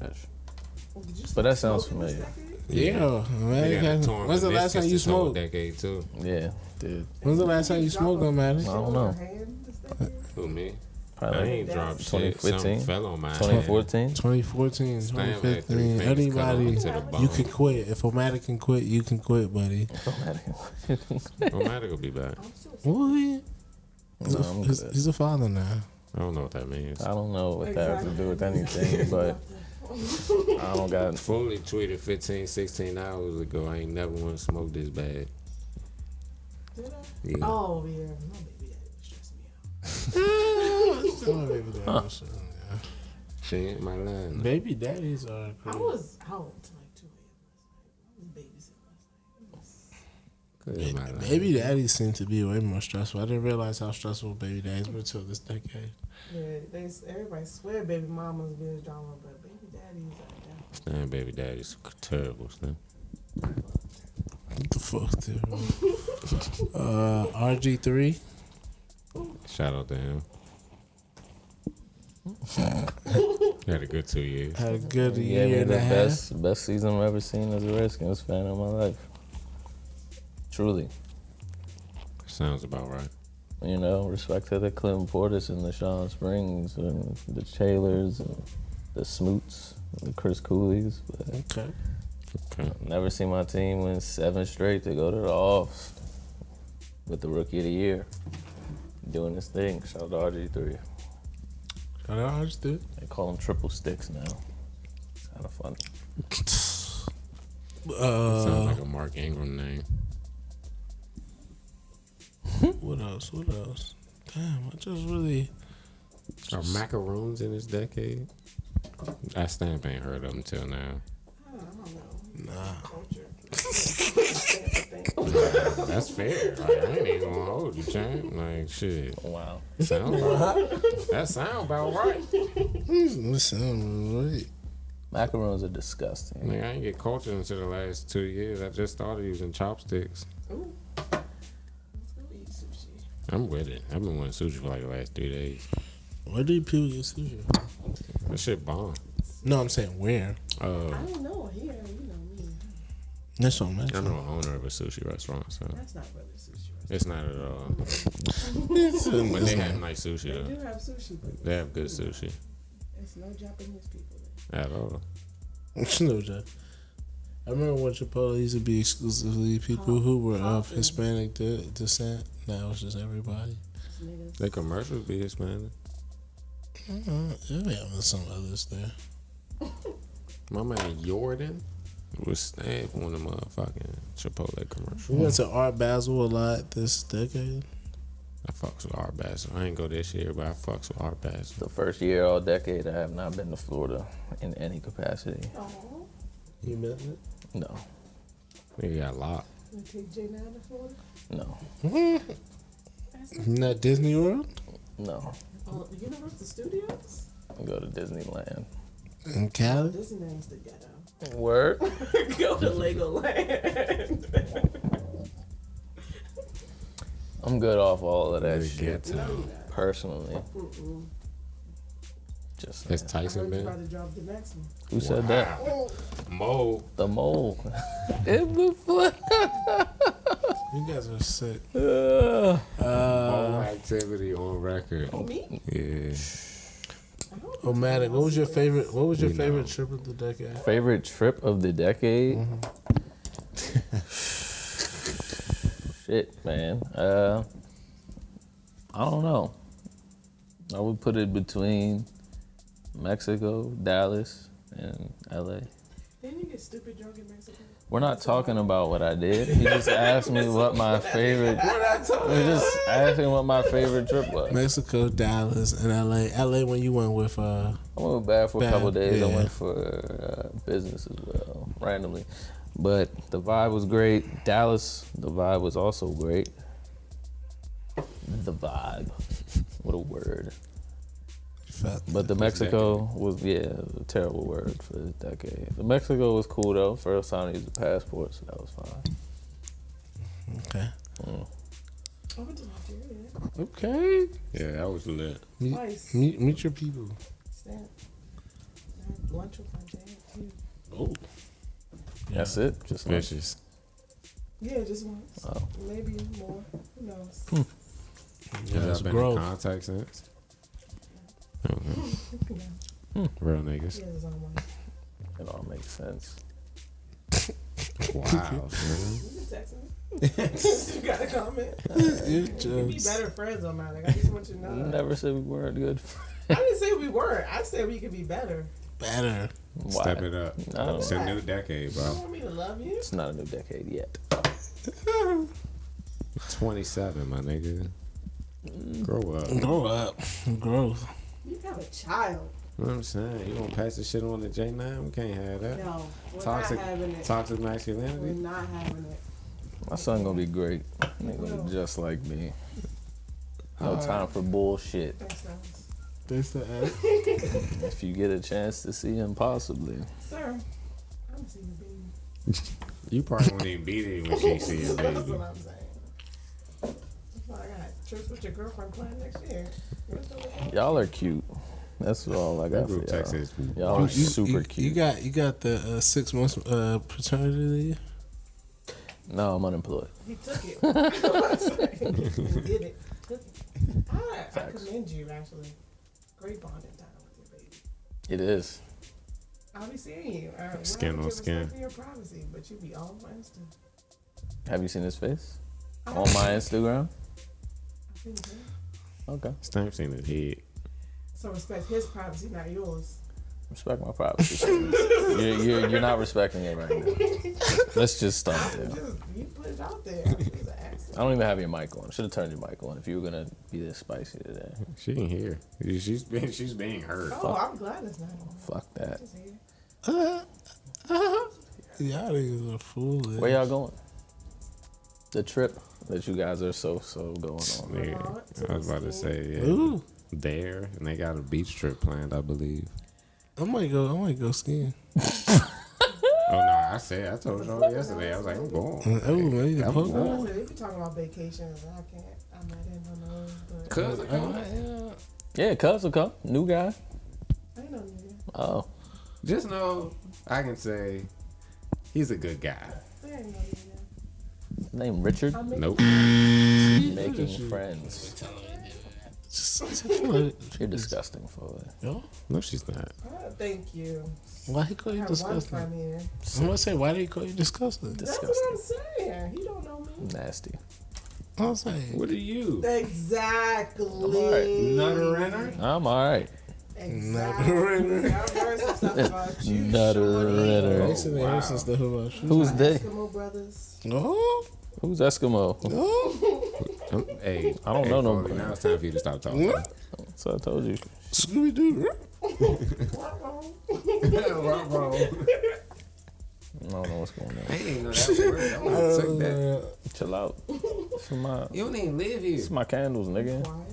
Did you
But that sounds
smoke in this
familiar.
decade?
Yeah.
They got
Man,
a torn
when's the last time
meniscus
you
this whole
smoked?
Decade too.
Yeah, dude.
When's the last time you smoked, on man?
I don't
On
know.
her hand this decade?
Who me? I
Probably
ain't dropped shit.
2015?
Something fell on my hand.
2014.
2014,
Slam had three
2015.
fingers cut
Anybody,
onto the bone.
you can quit. If Omatic can quit, you can quit, buddy.
Romantic will be back.
I'm so sorry.
What? He's,
No,
a,
I'm
he's,
good.
he's a father now.
I don't know what that means.
I don't know what that has to do with anything, but I don't got.
Foley tweeted 15, 16 hours ago. I ain't never want to smoke this bad.
Did I?
Yeah.
Oh yeah, my baby daddy was stressing me out.
She ain't my line.
Baby daddies are
I was out till like two a.m. last night. I was babysitting
Good, my line.
Baby daddies seem to be way more stressful. I didn't realize how stressful baby daddies were till this decade.
last night. Yeah, they s- everybody swear baby mamas be a drama, but baby daddies are down.
Damn, baby daddy's terrible, son.
What the fuck, dude? uh, RG3.
Shout out to him. Had a good two years.
Had a good
He
year
gave me
and
the
a half.
best, best season I've ever seen as a Redskins fan in my life. Truly,
Sounds about right.
you know, respect to the Clem Portis and the Sean Springs and the Taylors and the Smoots and the Chris Cooley's. But
Okay.
Okay.
Never seen my team win seven straight to go to the offs with the rookie of the year. Doing this thing. Shout out to RG3.
Shout out RG3.
They call them triple sticks now. It's kind of fun.
Uh,
Sounds like a Mark Ingram name.
What else? What else? Damn, I just really.
Are macaroons in this decade? I stamp ain't heard of them till now.
I don't know.
Nah.
Culture.
That's fair. Like, I ain't even gonna hold you, champ. Like shit.
Wow.
Sound about- that sound about right.
Listen, right.
Macaroons are disgusting.
Like, I ain't get cultured until the last two years. I just started using chopsticks.
Ooh. Let's go eat sushi.
I'm with it. I've been wanting sushi for like the last three days.
Where do people get sushi?
That shit bomb.
No, I'm saying where.
Uh,
I don't know here, you know me.
That's what I'm
I
asking.
know an owner of a sushi restaurant, so
That's not really sushi. Right?
it's not at all.
Listen,
But they have nice sushi
They
though.
do have sushi, but
They have good sushi
it's no Japanese people. There.
at all.
no joke. I remember when Chipotle used to be exclusively people who were of Hispanic de- descent. Now it's just everybody.
It's niggas.
Their commercials be Hispanic.
Uh, yeah, we have some others there.
My man Jordan was stabbed on the motherfucking Chipotle commercial.
We went to Art Basel a lot this decade.
I fucks with Art Basel. I ain't go this year, but I fucks with Art Basel.
The first year all decade I have not been to Florida in any capacity.
Oh,
You met it?
No.
Nigga got locked.
we take J9 to Florida.
No.
Not Disney World?
No.
Oh, Universal Studios?
Go to Disneyland.
In Cali?
Disneyland's the ghetto.
Word?
go to Legoland.
I'm good off all of that
They
shit.
get to-
Personally. Just
Has
I heard
Tyson
you
been?
about to drop the next one.
who said that?
Oh,
Mo.
The mole in the foot.
You guys are sick.
Uh,
Mo activity on record.
me?
Yeah.
Omatic, what was your favorite? What was your
We know.
favorite trip of the decade?
favorite trip of the decade. Shit, man. Uh, I don't know. I would put it between Mexico, Dallas, and LA.
Didn't you get stupid drunk in Mexico?
We're not talking about what I did. He just asked me what my favorite. He just asked me what my favorite trip was.
Mexico, Dallas, and LA. LA when you went with uh
I went bad for a couple
Bad,
days. I
yeah.
went for uh, business as well, randomly. But the vibe was great. Dallas, the vibe was also great. The vibe. What a word.
fuck.
But the Mexico was yeah, a terrible word for this decade. The Mexico was cool though. First time I used a passport, so that was fine.
Okay.
I went to Nigeria.
Okay.
Yeah, that was lit.
Twice.
Meet, meet your people.
Stamp. I had lunch with my dad too.
Oh.
That's it. Just like-
Vicious.
Yeah, just once.
Oh.
Maybe more. Who knows?
Yeah,
Has
that's
I been
growth.
in contact since? Okay.
Who knows?
Real niggas.
Yeah, it's all mine.
it all makes sense.
Wow. man.
You can text me. you got a comment? We be better friends on mine. Like, I just want you to know.
You
that.
never said we weren't good.
I didn't say we were. I said we could be better.
better.
Why?
Step it up.
I don't
It's a new decade,
You
bro.
want me to love you?
It's not a new decade yet.
27, my nigga. Grow up. You know
Grow up. Growth.
You have a child.
what I'm saying? You gonna pass the shit on to J9? We can't have that.
No, we're
Toxic,
not having it.
toxic
We're
masculinity.
not having it.
My son gonna be great. He gonna be just like me. No time for bullshit.
That sounds.
That's the F.
If you get a chance to see him, possibly.
Sir, I'm a single baby.
You probably won't even be there when she see your
That's
baby.
what I'm saying. That's why I got trips with your girlfriend planned next year.
Y'all are cute. That's all I
That
got for
group text
y'all.
is
Y'all are super
you, You
cute.
got you got the uh, six months uh, paternity leave.
No, I'm unemployed.
He took it. he did it. Took it. I, I
Facts.
commend you, actually. Great bonding time with your baby.
It is.
I'll be seeing you. Uh, we'll
Skin
have
on
to
skin.
respect Your privacy, but you be all my Insta.
Have you seen his face
I
on my Instagram?
think so.
Okay.
Stamp seen his head.
So respect his privacy, not yours.
Respect my privacy. you're, you're, you're not respecting it right now. Let's just stop there.
Just you put it out there. It was an accident.
I don't even have your mic on. Should have turned your mic on if you were gonna be this spicy today.
She can hear. She's being she's being heard.
Oh, I'm glad it's not on.
Fuck that.
Just here.
Y'all niggas are foolish.
Where y'all going? The trip that you guys are so so going on.
Yeah, I was
oh,
about to say yeah.
Ooh,
there, and they got a beach trip planned, I believe.
I might go. I might go skiing.
Oh no, I said I told y'all yesterday. I was like, I'm going.
Oh, man,
I'm
poke-
going.
I said, They be talking about vacations. and I can't. I'm not in on those. But
Cause
Yeah, Cubs will come. New guy.
I ain't no nigga.
Oh,
just know I can say he's a good guy.
There ain't no nigga.
his name Richard.
I'm in-
Nope.
Making friends. You're disgusting for it.
Yo,
No, she's not.
Oh, thank you.
why he call
I
you
have one
disgusting?
from here.
I'm gonna say why did he call you disgusting?
That's
Disgusting.
what I'm saying. He don't know me.
Nasty.
I was like,
What are you?
Exactly.
Nutter Renner?
I'm all right.
Exactly. I've heard some stuff about you,
Nutter
Shorty.
Ritter.
I used to be
wow.
here since the hood rush.
Who's they?
Eskimo brothers.
No,
Who's Eskimo?
no,
Um, hey,
I don't know no
Foley,
more.
Now it's time for you to stop talking.
So I told you.
Scooby Doo.
I don't know what's going on.
I didn't know that word. I would've took that.
Chill out. It's my,
You don't even live here.
it's my candles, nigga.
Why?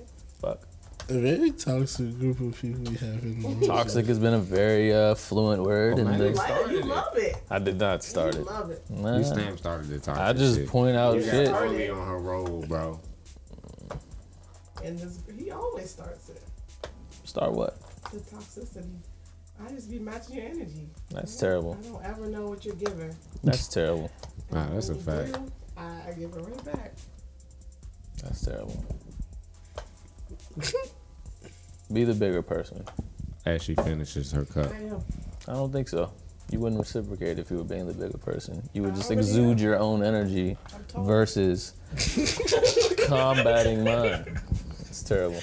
Fuck.
Uh, A very toxic group of people we have in the
Toxic has been a very uh, fluent word, and
man.
they-
Why do you
Started it.
love it?
I did not start
You
it.
love it.
Nah.
You Stamp started to talk.
I just
shit.
point out
You
shit.
got Foley on her roll, bro.
And this, he always starts it.
Start what?
the toxicity. I just be matching your energy.
That's terrible.
I don't ever know what you're giving.
That's terrible.
Nah, that's a
When you
fact.
do, I, I give it right back.
That's terrible. Be the bigger person.
As she finishes her cup.
Damn.
I don't think so. You wouldn't reciprocate if you were being the bigger person. You would
I
just
already
exude
am.
your own energy
I'm told.
versus combating mine. It's terrible.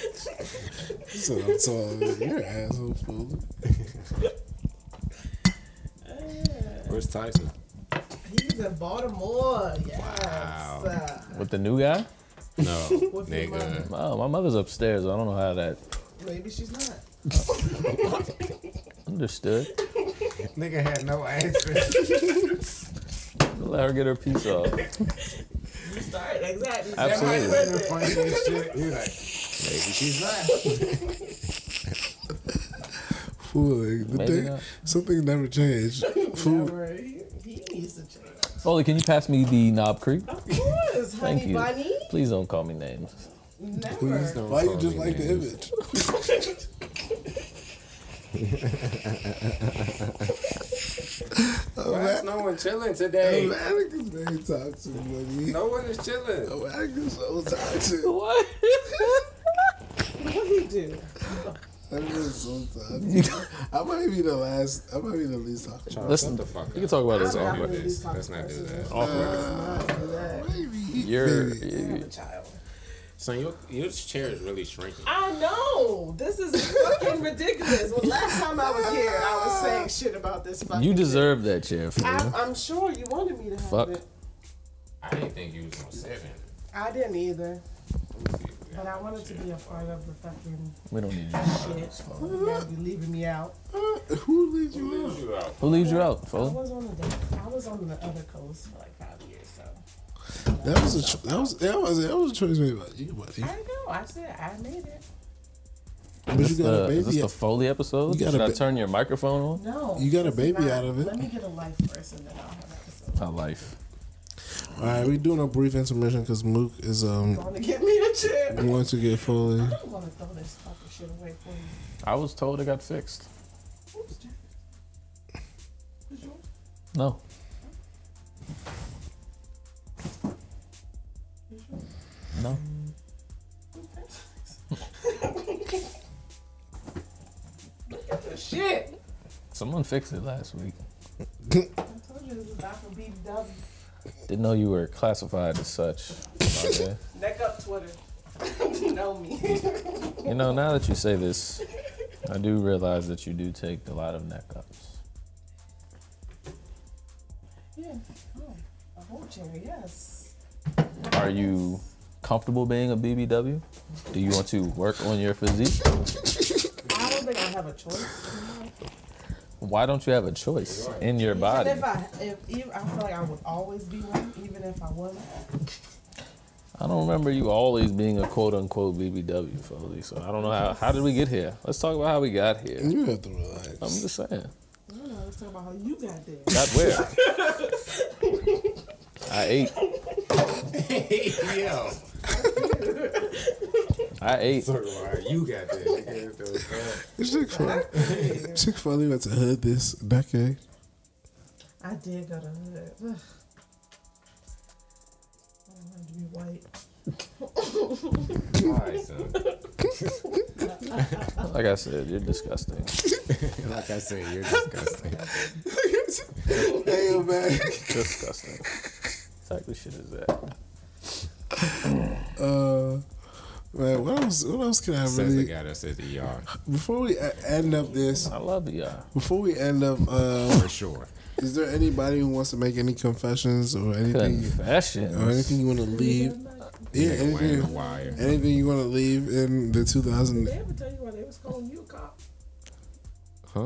So, so you're an asshole, fool.
Where's Tyson?
He's in Baltimore. Yes.
Wow.
Uh,
With the new guy?
No,
With your mother.
nigga.
Oh, my mother's upstairs. I don't know how that
maybe she's not.
understood.
Nigga had no answer.
Let her get her piece off.
Start exactly.
Absolutely.
Fool, like, the
Maybe
thing-
not.
something never changed. Fool,
Never. He, he needs to change.
Foley, can you pass me the Knob Creek?
Of course, honey
Thank you.
bunny.
Please don't call me names.
Never.
why you just like the image?
There's no one chilling today.
Atticus being toxic, buddy.
No one is chilling.
Atticus so toxic.
What?
What he do?
Atticus so toxic. I might be the last. I might be the least toxic.
Listen,
the fuck
you can talk about this
I'm not
awkward.
gonna be
Let's
toxic
not do
person.
that.
Let's not do that.
You're,
I have a child.
Son, your, your chair is really shrinking.
I know this is fucking ridiculous. Well, last time I was here, I was saying shit about this. Fucking
you
shit.
deserve that chair. For
I,
real.
I'm sure you wanted me to have
Fuck.
it.
I didn't think you was gonna sit
I didn't either,
in it.
but I wanted to be a part of the fucking
We don't need you.
shit. You gotta be leaving me out.
Who leads you?
You out.
Who leaves you out,
I
Foley?
was on the day- I was on the other coast for like five years, so
That was a. Cho- that was that was that was a choice made by you, buddy.
I know. I said I made it.
But you
Is this
got
the,
a
is this
baby.
the Foley episode?
You got a
Should I
ba-
turn your microphone on?
No,
You got a
it's
baby out of it.
Let me get a life first, and then I'll have an episode.
My life.
All right, we doing a brief intermission because Mook is um
Want to get me a chair?
going to get fully.
I want to throw this fucking shit away for you.
I was told it got fixed.
Oops, Jeff. Is yours?
No.
Is yours?
No.
Look at the shit.
Someone fixed it last week.
I told you this is not for BW.
Didn't know you were classified as such. Okay.
Neck up, Twitter. you know me.
You know, now that you say this, I do realize that you do take a lot of neck ups.
yeah. Oh, a whole chair, yes.
Are you comfortable being a BBW? Do you want to work on your physique?
I don't think I have a choice.
Why don't you have a choice in your body?
Even if I, if, even, I feel like I would always be one, even if I wasn't.
I don't remember you always being a quote unquote BBW, Foley. So I don't know how. How did we get here? Let's talk about how we got here.
You have to relax.
I'm just saying.
No, no, let's talk about how you got there.
Not where. I ate.
Yo,
I ate.
you got that.
Chick Fil Chick Fil A went to hood this decade.
I did go to hood. Ugh. I don't wanted to be white.
Alright, son.
Like I said, you're disgusting.
Like I said, you're disgusting.
Damn man.
Disgusting. Exactly shit is that?
Uh, man, what else? What else can I
Says the
really?
guy that says ER
Before we uh, end up this,
I love y'all.
before we end up, uh,
for sure.
is there anybody who wants to make any confessions or anything? Or
Confessions.
anything you want to leave? Yeah,
Nigga wearing the
anything.
wire.
Anything you want to leave in the 2000?
They ever tell you why they was calling you a cop?
Huh?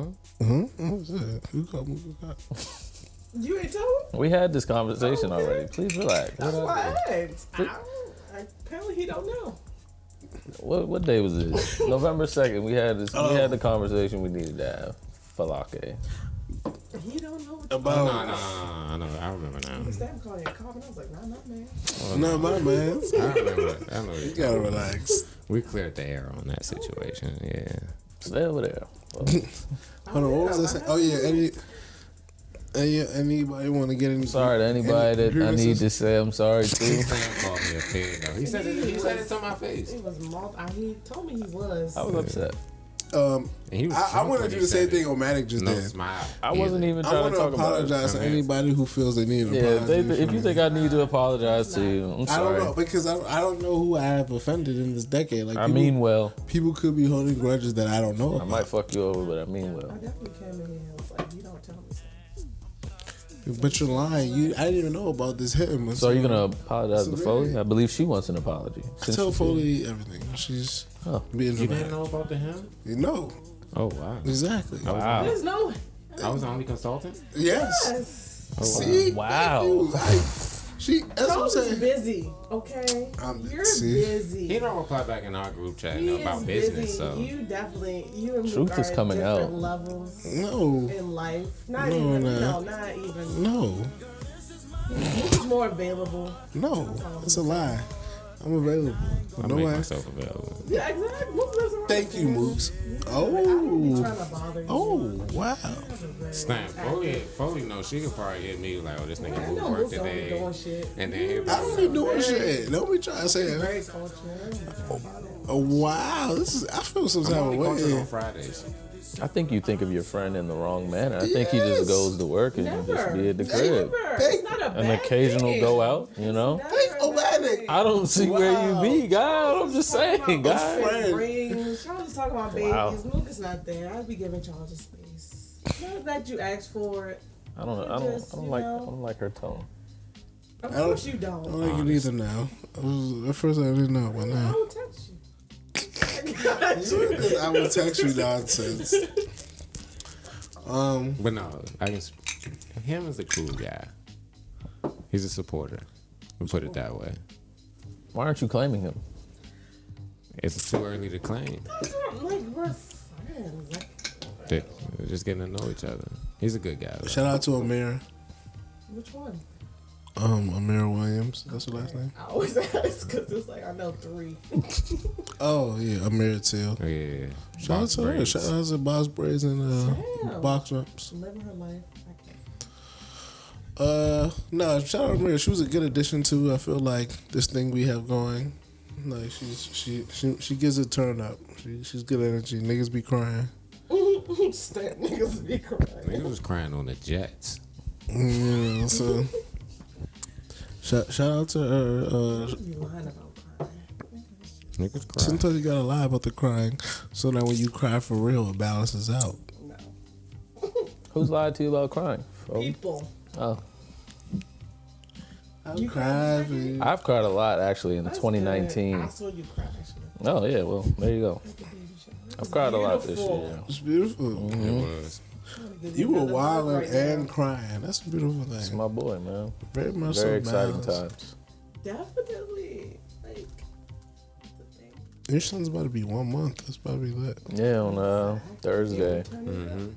Hmm? Oh, shit. Who called me? Who called-
You ain't told?
We had this conversation already. Please relax.
That's
What,
why I asked. I don't- Apparently he don't know.
what, what day was this? November second. We had this. We
Oh.
had the conversation we needed to have. Falake.
He don't know what
No,
About
no, no, no, no, no, I remember now.
the damn calling you a cop, and I was like, nah, nah, man.
no, my man.
I remember. I know.
You gotta relax.
We cleared the air on that situation. Yeah.
Stay over there.
Hold on, what was I saying? Oh yeah, any, any anybody want to get any?
Sorry to anybody
any
that I need
grievances?
to say I'm sorry to.
Called me a pig, though. He said it. He said it to my face.
He was multi. He told me he was.
I was upset.
Um,
And he was
I, I
drunk
want to
when he
do the same
said it.
thing Omatic just
No
did.
smile.
I wasn't even
I
trying
want to
to talk about it.
apologize to
Okay.
anybody who feels they need an
Yeah, if,
apology.
they, if you think I need to apologize to you, I'm
I
sorry.
don't know because I, I don't know who I have offended in this decade. Like
I
people,
mean well.
people could be holding grudges that I don't know
I
about.
might fuck you over, but I mean
I
well.
definitely came in here and was like, you don't tell me stuff.
But you're lying. You I didn't even know about this him.
So are you gonna apologize
It's
to
a
Foley?
very-
I believe she wants an apology.
I
Since
tell
she-
Foley everything. She's
Oh.
being
You didn't
dramatic.
know about the him?
You know
Oh wow.
exactly.
Wow.
There's no.
I was the only consultant.
Yes.
Yes.
See.
Wow.
Thank you. I- she. That's what I'm
Coach is
saying.
busy. Okay.
I'm-
You're
see?
busy.
He don't reply back in our group chat
He
no,
is
about business.
busy.
So
you definitely you and
Truth
Luke
is
are at
coming
different
out.
levels
No.
in life. Not
No,
even
nah.
no, not even.
No.
He's more available.
No. It's a lie. I'm available.
I
no
make
way.
myself available.
Yeah, exactly. Luke lives around
Thank you,
the corner.
Moose.
I don't be
Oh.
trying to bother you.
Oh. Wow.
Stan Foley, Foley knows she could probably hit me like, oh, this nigga
I
moved
know
work
Luke don't be
today,
doing shit.
and then he'll be
I don't be doing
Very-
shit. Don't be trying to say that.
Very cultured. Oh.
Oh, wow, this is. I feel some type
I'm
of
only
way.
cultured on Fridays.
I think you think of your friend in the wrong manner. I think he
Yes.
just goes to work and you just
Never.
be at the
Never.
crib.
It's not a
An
bad
occasional
thing.
go out, you know?
Never
Thank
a bad
Omatic.
Oh,
thing.
I don't see
Wow.
where you be, God. I'm just
Talking
saying,
about
God.
open
Friend.
Rings. Y'all just talking about babies.
Wow.
Luke is not there. I'd be giving y'all the space. Not that you asked for it.
I don't know. I don't,
Just,
I don't
you
like
know.
I don't like her tone.
Of
don't-
course you
I don't
don't.
like it either now. I was, at first, I didn't know, but
I
now.
will touch you. I got you.
I will text you nonsense. Um,
But no, I can. sp- Him is a cool guy. He's a supporter. We put it that way.
Why aren't you claiming him?
It's too early to claim.
It's not like we're friends. Like,
They- They're just getting to know each other. He's a good guy. Though.
shout out to Amira.
which one?
Um, Amira Williams. That's her last name.
I always ask because it's like I know three.
Oh yeah, Amira Till.
Oh, yeah.
Shout out
Box
to her.
braids.
Shout out to Boss Braids and uh,
Damn.
Box Ups.
Living her life. I can't.
Uh, no, shout out Amira. She was a good addition to. I feel like this thing we have going. Like she's she she she gives a turn up. She, she's good energy. Niggas be crying.
Stamp niggas be crying.
Niggas was crying on the Jets.
Yeah, so shout, shout out to her. Uh,
You lying about crying.
Niggas crying.
sometimes you gotta lie about the crying, so that when you cry for real, it balances out.
No.
Who's lied to you about crying? Foley?
People.
Oh,
I
You
cry for you.
I've cried a lot actually in
That's
2019.
good. I saw you cry. actually.
Oh yeah, well there you go.
At the baby shower. It was
I've cried a lot this
beautiful.
year.
It's beautiful.
It was.
I'm gonna give
You were
another hug
wild
right
and
now.
crying. That's a beautiful
It's
thing.
my boy, man.
Very much so.
Very exciting
balanced.
times.
definitely like the thing.
Your son's about to be one month. That's probably lit.
Yeah, on uh, Thursday.
hmm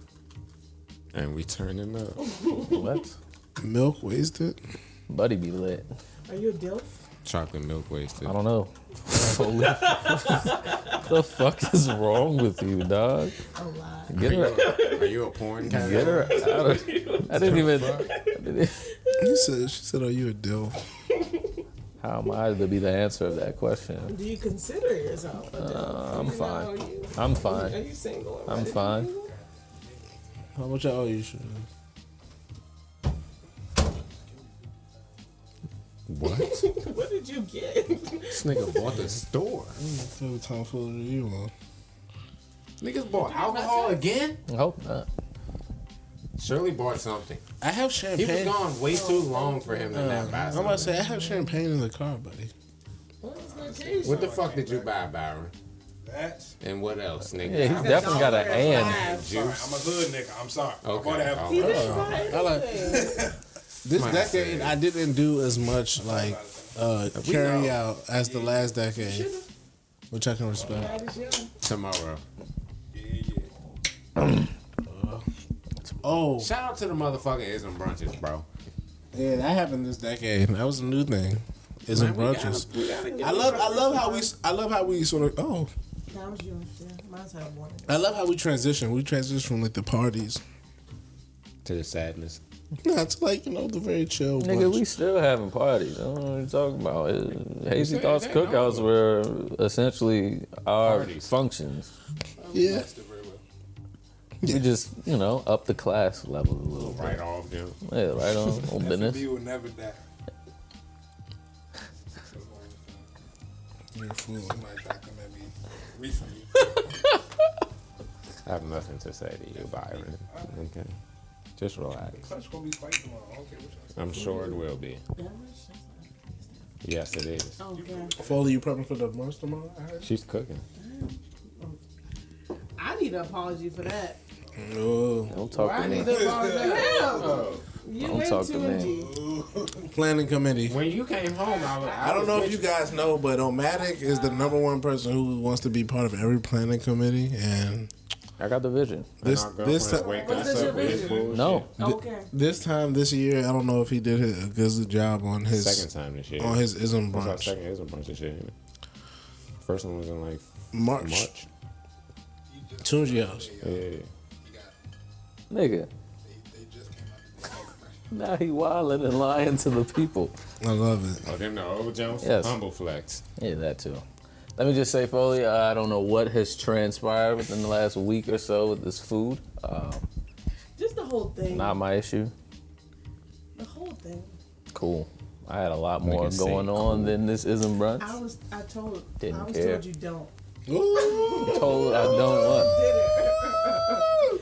And we turning up.
What?
Milk wasted.
Buddy be lit.
Are you a dilf?
Chocolate milk wasted.
I don't know. Foley. the fuck is wrong with you, dog?
A lot.
Get her,
Are you a porn guy?
get her out of. I didn't even. I didn't-
You said she said, "Are you a dill?"
How am I to be the answer of that question?
Do you consider yourself a dilf?
Uh, I'm
You know,
fine.
Are you,
I'm
are
fine.
you single?
I'm fine.
How much I owe you? Should
What?
what did you get?
this nigga bought the store.
what tomfoolery you on?
Niggas bought alcohol again?
I hope not.
Shirley bought something.
I have
He
champagne.
was gone way too long for
Uh,
him to not buy
I'm about to
something.
say I have champagne in the car, buddy.
What was the occasion?
What the fuck did you buy, Byron?
That's.
And what else,
Yeah,
nigga?
he's definitely got an and.
Five.
Sorry, I'm a hood nigga. I'm sorry. I
Okay.
bought to have
all
a
He
right.
didn't buy
I like-
anything.
This
Might
decade,
say.
I didn't do as much like uh, carry out as the last decade,
Should've.
which I can respect.
That is young.
Tomorrow.
Yeah, yeah.
Oh,
Shout out to the motherfucking Ism Brunches, bro.
yeah, that happened this decade. That was a new thing. Isn't
Man, we
brunches?
gotta- we gotta get
I love, I love how we, I love how we sort of. Oh,
That was yours, yeah. Mine's had one.
I love how we transition. We transition from like the parties.
To the sadness.
Nah, it's like, you know, the very chill.
Nigga,
bunch.
we still having parties. I don't know what you're talking about. It- Hazy
They-
Thoughts
they
cookouts
know.
were essentially our
Parties.
functions.
yeah.
We just, you know, up the class level a little bit.
Right off, dude.
Yeah, right on. on business.
He will never die.
You're a fool.
Somebody documented me recently.
I have nothing to say to you, Byron. Okay. Just relax.
Clutch gonna be fighting tomorrow. Okay, what y'all
I'm sure it will be.
Beverage?
Yes, it is.
Oh, God.
Foley, you prepping for the brunch tomorrow? I heard.
She's cooking.
I need an apology for that.
No.
Don't talk to me.
You
Don't
went
talk
to
to me.
MG.
Planning committee.
When you came home, I, was,
I don't know if you guys know, but Omatic is the number one person who wants to be part of every planning committee, and
I got the vision.
this this ti-
wake
Was
us
it your
up with
vision?
bullshit.
No.
Okay.
this time this year, I don't know if he did a good job on his
Second time this year.
on his ism
That's our
brunch.
second is a bunch of shit. ain't it? First one was in like
March,
March.
Tunji house.
Yeah.
Nigga. Now he wilding and lying to the people.
I love it.
Oh, them the old Jones.
Yes.
Humble flex.
Yeah, that too. Let me just say, Foley, uh, I don't know what has transpired within the last week or so with this food. Um,
Just the whole thing.
not my issue.
the whole thing.
Cool. I had a lot more
Nigga say
going on than this isn't brunch.
I was, I told,
Didn't
I was
care.
told you don't.
Ooh,
told I don't want.
Did it?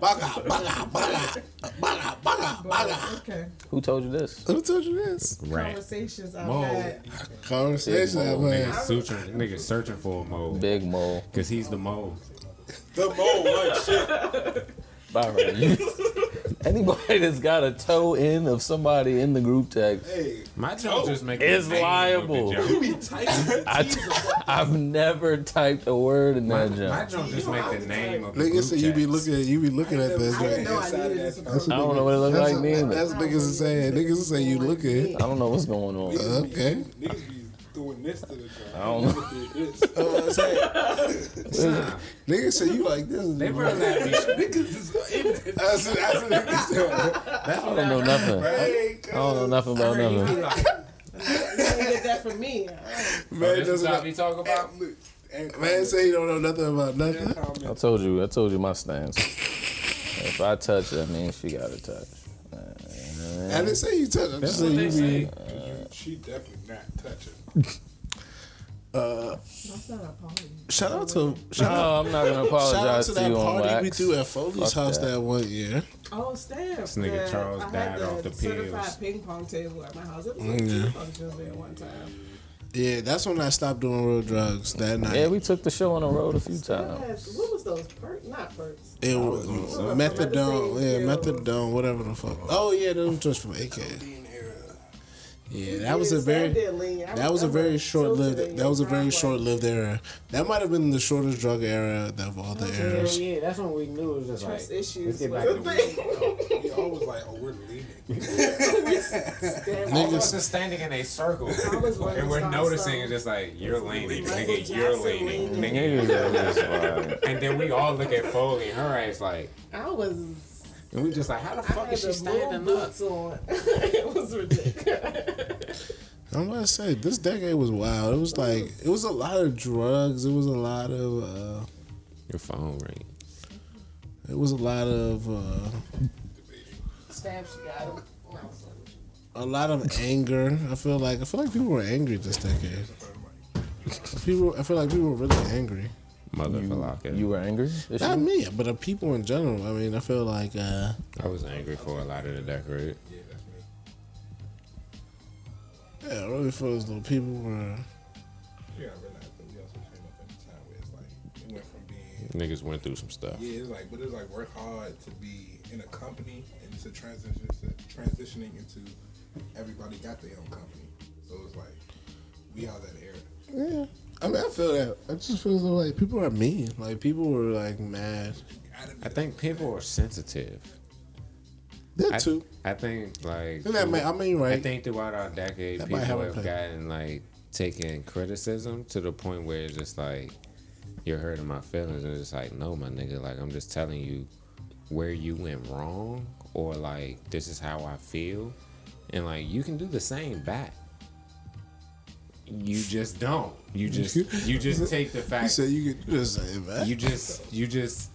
baga, baga, baga, baga, baga, baga.
Okay.
Who told you this?
Who told you this?
Conversations I've
Whoa.
had.
Conversation I've
Nigga
had.
searching, nigga searching for a mole.
Big mole.
Cause he's the mole.
The mole, like shit.
Byron, you- anybody that's got a toe in of somebody in the group text,
Hey,
My joke just make
Is liable.
you be typing.
I t- I've never typed a word in
My,
that
my
junk.
joke just make the name of the
Nigga
group
said you be
chats.
looking, you be looking at this.
I didn't
Right?
know
No, I
Inside
needed
that
this.
phone.
I don't know what it looked
That's
like
what-
neither.
That's what niggas is saying. Niggas is saying you look
I
at.
don't know what's going on.
Okay.
Niggas be doing this to the job. I
don't
know. Did this.
Oh, I'm saying. Niggas say you like this.
They really like me.
That's what that's what niggas say.
That's what
I don't know nothing. I don't know nothing about nothing.
You did that for me.
Man,
Man, doesn't
what we talk about.
man say you don't know nothing about nothing.
I told you, I told you my stance. if I touch her, I mean she got to touch.
I didn't say you touch. I'm just
what
saying
they
you be.
say.
She definitely not touching.
That's not an apology.
Shout out to
No,
shout,
I'm not gonna
out- shout out
apologize
to
to,
that
you Oh, on
party we
wax.
threw at Foley's
Fuck
house
that.
that. one year.
Oh, Stan. This
nigga Charles died off the
certified
pills.
ping pong table at my house. It was
Mm.
like two functions there one time.
Yeah, that's when I stopped doing real drugs that night.
Yeah, we took the show on the road a few
I
times.
had- what was those? Perks? Not perks.
it was methadone. Yeah, methadone, whatever the fuck. Oh yeah, that was just from AK. Yeah, that was a very. That was a very short-lived. That was a very short-lived era. That might have been the shortest drug era of all the eras.
Yeah, that's when we knew it was just
Trust issues
get
was
back
a
to
thing.
He always like, oh, we're leaving.
All of
Niggas-
us is standing in a circle,
was one
and we're
of those
noticing
guys,
it's just like you're leaning,
Michael
nigga, you're
Jackson
leaning,
leaning.
nigga, you're leaning. and then we all look at Foley, and her ass like,
I was.
and we just like, how the
I
fuck
had
is she
the
standing
blue
up?
boots on. it was ridiculous.
I'm gonna say this decade was wild. It was like it was a lot of drugs. It was a lot of uh,
Your phone ring.
it was a lot of uh,
Stab, she got him.
a lot of anger. I feel like I feel like people were angry this decade. People, I feel like people were really angry.
Mother
You were angry? This
Not
year?
me, but the people in general. I mean, I feel like uh,
I was angry for a lot of the decorate.
yeah, I really feel as though people were.
You gotta realize that we also came up at a time where it's like, it went from being
Niggas went through some stuff.
Yeah, it's like, but it's like work hard to be in a company and to transition to transitioning into everybody got their own company. So it's like we all that era.
Yeah, I mean, I feel that. I just feel as though like people are mean. Like people were like mad.
Gotta be
I think people are sensitive. I,
That too.
I think like
And that may, I mean,
I
right?
think throughout our decade,
That might
people
have a
have
play.
gotten like taking criticism to the point where it's just like you're hurting my feelings. And it's just like, no, my nigga, like I'm just telling you where you went wrong or like this is how I feel. And like you can do the same back. You just don't. You just you just take the fact
So you could just say that.
you just you just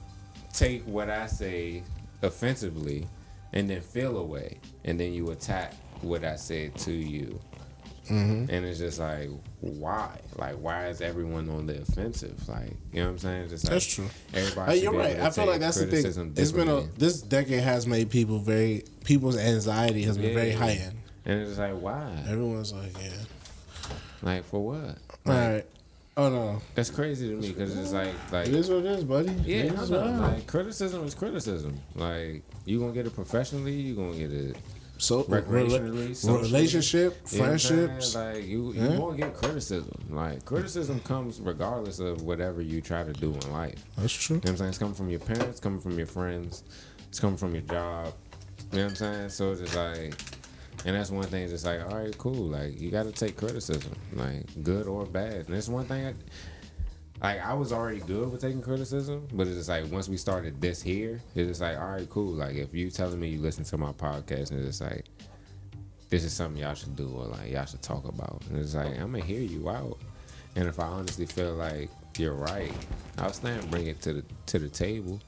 take what I say offensively and then feel away and then you attack what I said to you.
Mm-hmm.
And it's just like, why? Like, why is everyone on the offensive? Like, you know what I'm saying? It's just like,
That's true.
Everybody.
Hey,
should
you're
be
right.
able to
I feel like
take
that's the
criticism
thing. It's been a
differently.
this decade has made people very people's anxiety has been very
Yeah.
high end.
And it's like, why?
Everyone's like, yeah,
Like, for what?
all right. Oh no,
That's crazy to me because it's like, like,
it is what it is, buddy.
yeah,
It
no,
is
no,
what it is.
like, criticism is criticism. Like, you gonna get it professionally, you gonna get it
so
recreationally,
rela-
socially.
relationship,
You know what I'm saying?
friendships.
Like you, you
Yeah.
won't get criticism. Like criticism comes regardless of whatever you try to do in life.
That's true.
You know what I'm saying? It's coming from your parents, coming from your friends, it's coming from your job. You know what I'm saying? So it's just like and that's one thing, it's just like, all right, cool. Like you gotta take criticism. Like good or bad. And that's one thing I like I was already good with taking criticism, but it's just like once we started this here, it's just like, all right, cool. Like if you telling me you listen to my podcast and it's just like this is something y'all should do or like y'all should talk about. And it's like I'm gonna hear you out. And if I honestly feel like you're right, I'll stand bring it to the to the table.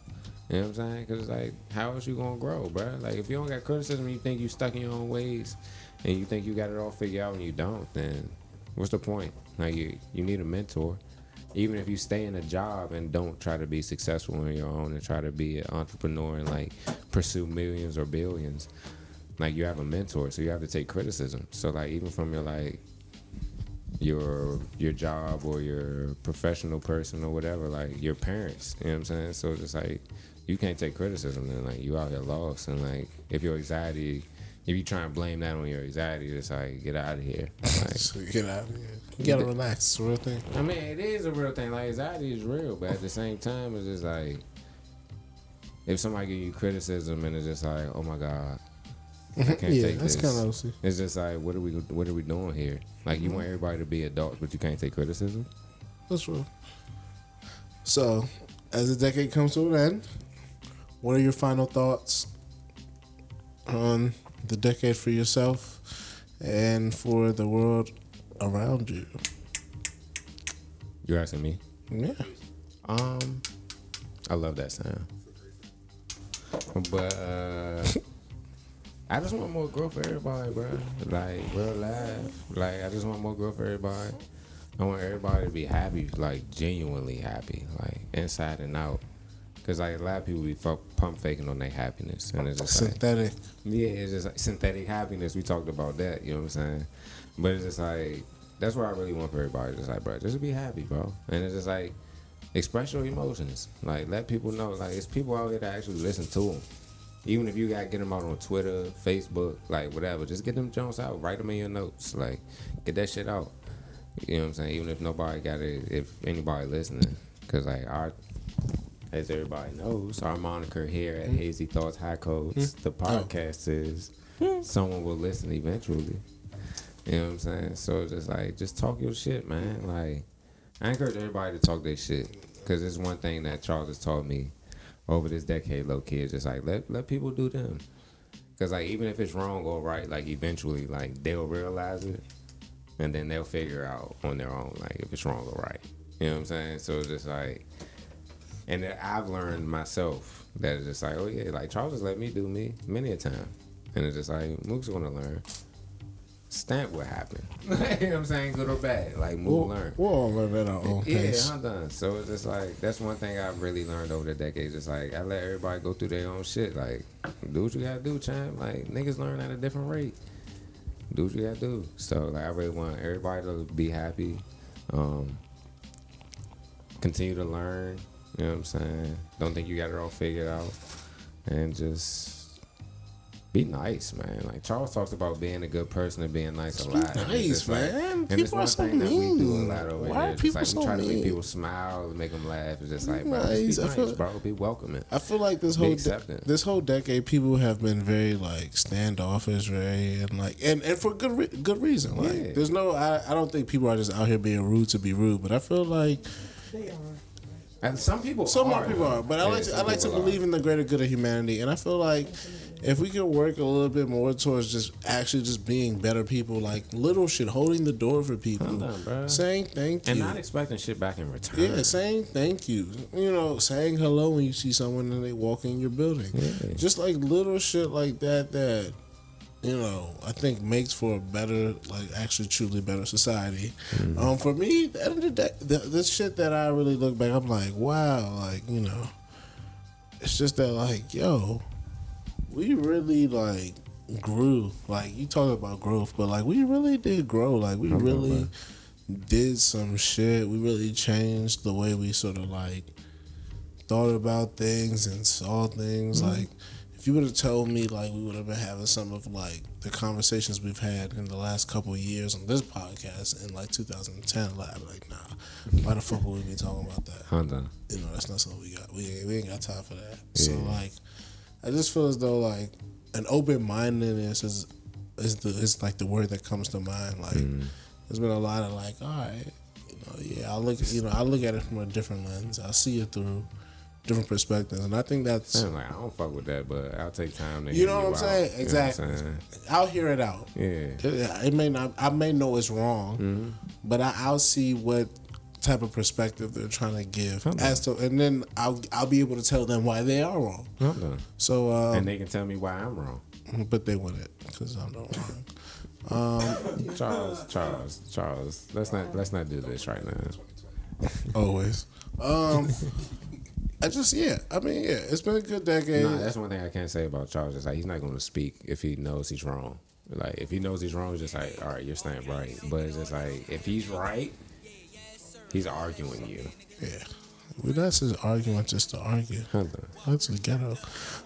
You know what I'm saying? Because it's like, how else you gonna grow, bruh? Like if you don't got criticism, you think you stuck in your own ways, and you think you got it all figured out, and you don't, then what's the point? Like you you need a mentor. Even if you stay in a job and don't try to be successful on your own and try to be an entrepreneur and like pursue millions or billions, like you have a mentor, so you have to take criticism. So like even from your like your your job or your professional person or whatever, like your parents, you know what I'm saying? So it's just like you can't take criticism then like you out here lost and like if your anxiety if you try and blame that on your anxiety, it's like get out of here. Like,
So you get out. of here. You gotta relax. It's a real thing.
I mean, it is a real thing. Like anxiety is real, but at the same time, it's just like if somebody give you criticism and it's just like, oh my god, I can't
Yeah,
take
that's
this.
kinda OC.
It's just like, what are we, what are we doing here? Like, you want everybody to be adults, but you can't take criticism.
That's real. So, as the decade comes to an end, what are your final thoughts on the decade for yourself and for the world around you?
You're asking me.
Yeah.
Um, I love that sound, but uh, I just want more growth for everybody, bro. Like real life. Like I just want more growth for everybody. I want everybody to be happy, like genuinely happy, like inside and out. Cause like a lot of people be fu- pump faking on their happiness, and it's just like,
Synthetic.
yeah, it's just like synthetic happiness. We talked about that, you know what I'm saying? But it's just like that's what I really want for everybody. Just like, bro, just be happy, bro. And it's just like express your emotions. Like let people know. Like it's people out here that actually listen to them. Even if you got to get them out on Twitter, Facebook, like whatever, just get them Jones out. Write them in your notes. Like get that shit out. You know what I'm saying? Even if nobody got it, if anybody listening, because like our as everybody knows, our moniker here at Hazy Thoughts High Codes, the podcast is someone will listen eventually. You know what I'm saying? So it's just like, just talk your shit, man. Like, I encourage everybody to talk their shit because it's one thing that Charles has taught me over this decade, low key. It's just like let let people do them. Cause like even if it's wrong or right, like eventually, like they'll realize it, and then they'll figure out on their own, like if it's wrong or right. You know what I'm saying? So it's just like and then I've learned myself that it's just like, oh yeah, like Charles has let me do me many a time. And it's just like, Mook's gonna learn. Stamp what happened. you know what I'm saying? Good or bad. Like Mook
We'll,
learn.
we'll all learn at our own
Yeah,
pace.
I'm done. So it's just like that's one thing I've really learned over the decades. It's like I let everybody go through their own shit. Like, do what you gotta do, champ. Like niggas learn at a different rate. Do what you gotta do. So like I really want everybody to be happy. Um continue to learn. You know what I'm saying? Don't think you got it all figured out. And just be nice, man. Like Charles talks about being a good person and being nice a lot. And it's
nice,
just like-
man.
and it's
People are
one
so
thing that we do a
mean.
lot over
Why
here.
are
It's
people
like
so
we try to
mean?
make people smile, and make them laugh. It's just like, bro,
Nice.
just
I
be nice,
feel-
bro. Be welcoming.
I feel like this
Be
whole de-
accepting.
this whole decade, people have been very like standoffish, very and like and, and for good re- good reason. Like,
Yeah.
there's no, I, I don't think people are just out here being rude to be rude, but I feel like
They are.
And some people,
Some
are,
more people are, but I
Yeah,
like to, I
some
like to
people are.
believe in the greater good of humanity, and I feel like if we could work a little bit more towards just actually just being better people, like little shit, holding the door for people,
Hold on, bruh.
saying thank
and
you,
not expecting shit back in return.
yeah, saying thank you, you know, saying hello when you see someone and they walk in your building,
Yeah.
just like little shit like that that you know I think makes for a better, like actually truly better society. Um, for me, at the end of the day, the, the shit that I really look back, I'm like, wow, like you know it's just that like yo we really like grew like you talk about growth but like we really did grow like we really did some shit we really changed the way we sort of like thought about things and saw things like if you would have told me like we would have been having some of like the conversations we've had in the last couple of years on this podcast in like 2010 like, I'd be like nah why the fuck would we be talking about that
Hold on.
you know, that's not something we got. We ain't, we ain't got time for that. So like, I just feel as though like an open mindedness is is the is like the word that comes to mind. Like, there's been a lot of like, all right, you know, yeah, I look, you know, I look at it from a different lens. I see it through different perspectives, and I think that's
I'm like, I don't fuck with that, but I'll take time to.
You
hear
know what I'm
out.
saying?
You know what I'm
Exactly.
saying?
I'll hear it out.
Yeah.
Yeah, it may not. I may know it's wrong,
Mm-hmm.
but I, I'll see what type of perspective they're trying to give
Okay.
as to, and then I'll I'll be able to tell them why they are wrong.
Hold on.
So,
And
um,
they can tell me why I'm wrong.
but they wouldn't because I'm not wrong.
Charles, Charles, Charles. Let's not let's not do this right now.
Always. Um, I just yeah. I mean yeah. It's been a good decade.
No, that's one thing I can't say about Charles. It's like he's not going to speak if he knows he's wrong. Like if he knows he's wrong, it's just like all right, you're staying right. But it's just like if he's right, he's arguing you.
yeah. Well, that's his argument just to argue.
Hold on.
That's the ghetto.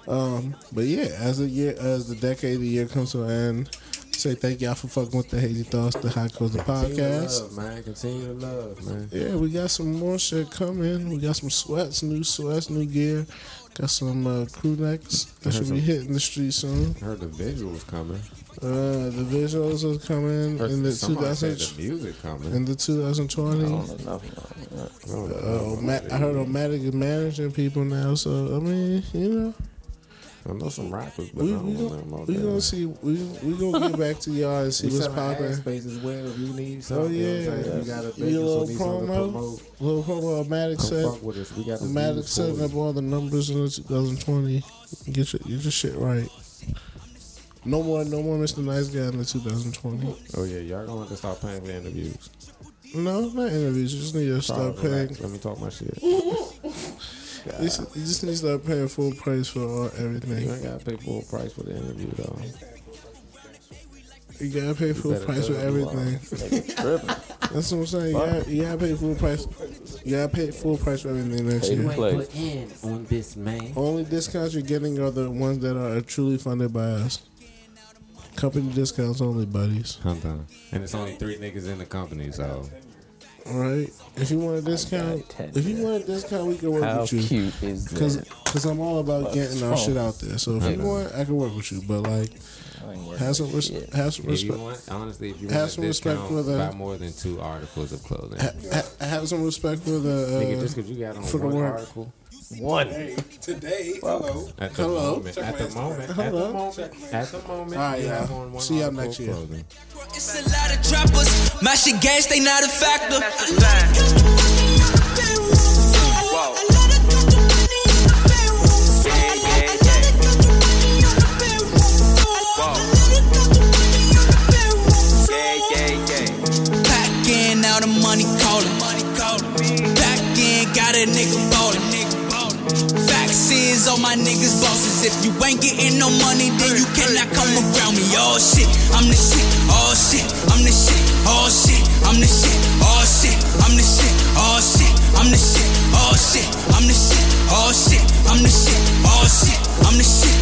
Um, but yeah, as the year, as the decade, the year comes to an end. Say thank y'all for fucking with the Hazy Thoughts, the High Coast the
Continue to
podcast.
love, man. Continue to love, man.
Yeah, we got some more shit coming. We got some sweats, new sweats, new gear. Got some uh, crew necks that should be hitting the street soon.
Heard the visuals coming.
Uh, the visuals are coming
Heard
in the
somebody said the
2000
music coming.
in the 2020.
I don't know nothing about that.
I don't know.
Uh, Ma- I heard Omatic is managing people now, so I mean, you know,
I know some rappers, but
we
I
we
don't know them
gonna,
all
we
that
gonna
much.
see we we gonna get back to y'all and see
We
what's
selling ad
popping.
space as well. If you need
Oh
something, you, know
yeah,
what I'm saying? you got a
you
business
little
or need something to
promo,
promote.
little promo. Omatic
Come
said
fuck with us. We got the
Maddox
views for
setting
you.
up all the numbers in the 2020. Get your, get your shit right. No more, no more Mr. Nice Guy in the 2020.
Oh yeah, y'all gonna have to stop paying for the interviews.
No, not interviews. You just need to
Sorry,
start paying.
relax. Let me talk my shit.
You s- you just need to start paying full price for all,
You
everything.
ain't gotta pay full price for the interview though.
You gotta pay full
better
price for
cut it off.
everything.
Nigga tripping.
That's what I'm saying. You gotta, you gotta pay full price. You gotta pay full price for everything next
Pay
year.
to play.
in on this man.
Only discounts you're getting are the ones that are truly funded by us. Company discounts only, buddies.
Hold on. And it's only three niggas in the company, so
All right. If you want a discount,
ten
if you
minutes.
want a discount, we can work
How
with you.
cute is
Cause,
that?
cause I'm all about getting our
phone.
shit out there. So if you want, I can work with you. But like,
I ain't worried
have
about
some, res-
shit.
have some
if you
respect.
want, honestly, if you
Have
want
some
a
respect
discount,
for the-
buy more than two articles of clothing.
Ha- ha- have some respect for
Nigga,
the.
just
Uh,
because you got on
for the
one
work.
article
One.
Today, hello.
at the
Hello?
moment, at the moment, at
Hello?
the moment, at the moment,
All right,
you
y'all.
have on one
See y'all
article
next
of
year.
clothing.
It's a lot of droppers. My shit gas, they not a factor. Back in, now the money calling. Back in, got a nigga ballin'. Facts is all my niggas bosses. If you ain't getting no money, then you cannot come around me. All shit, I'm the shit. All shit, I'm the shit. All shit, I'm the shit. All shit, I'm the shit. All shit, I'm the shit. All shit, I'm the shit. All shit, I'm the shit. All shit, I'm the shit.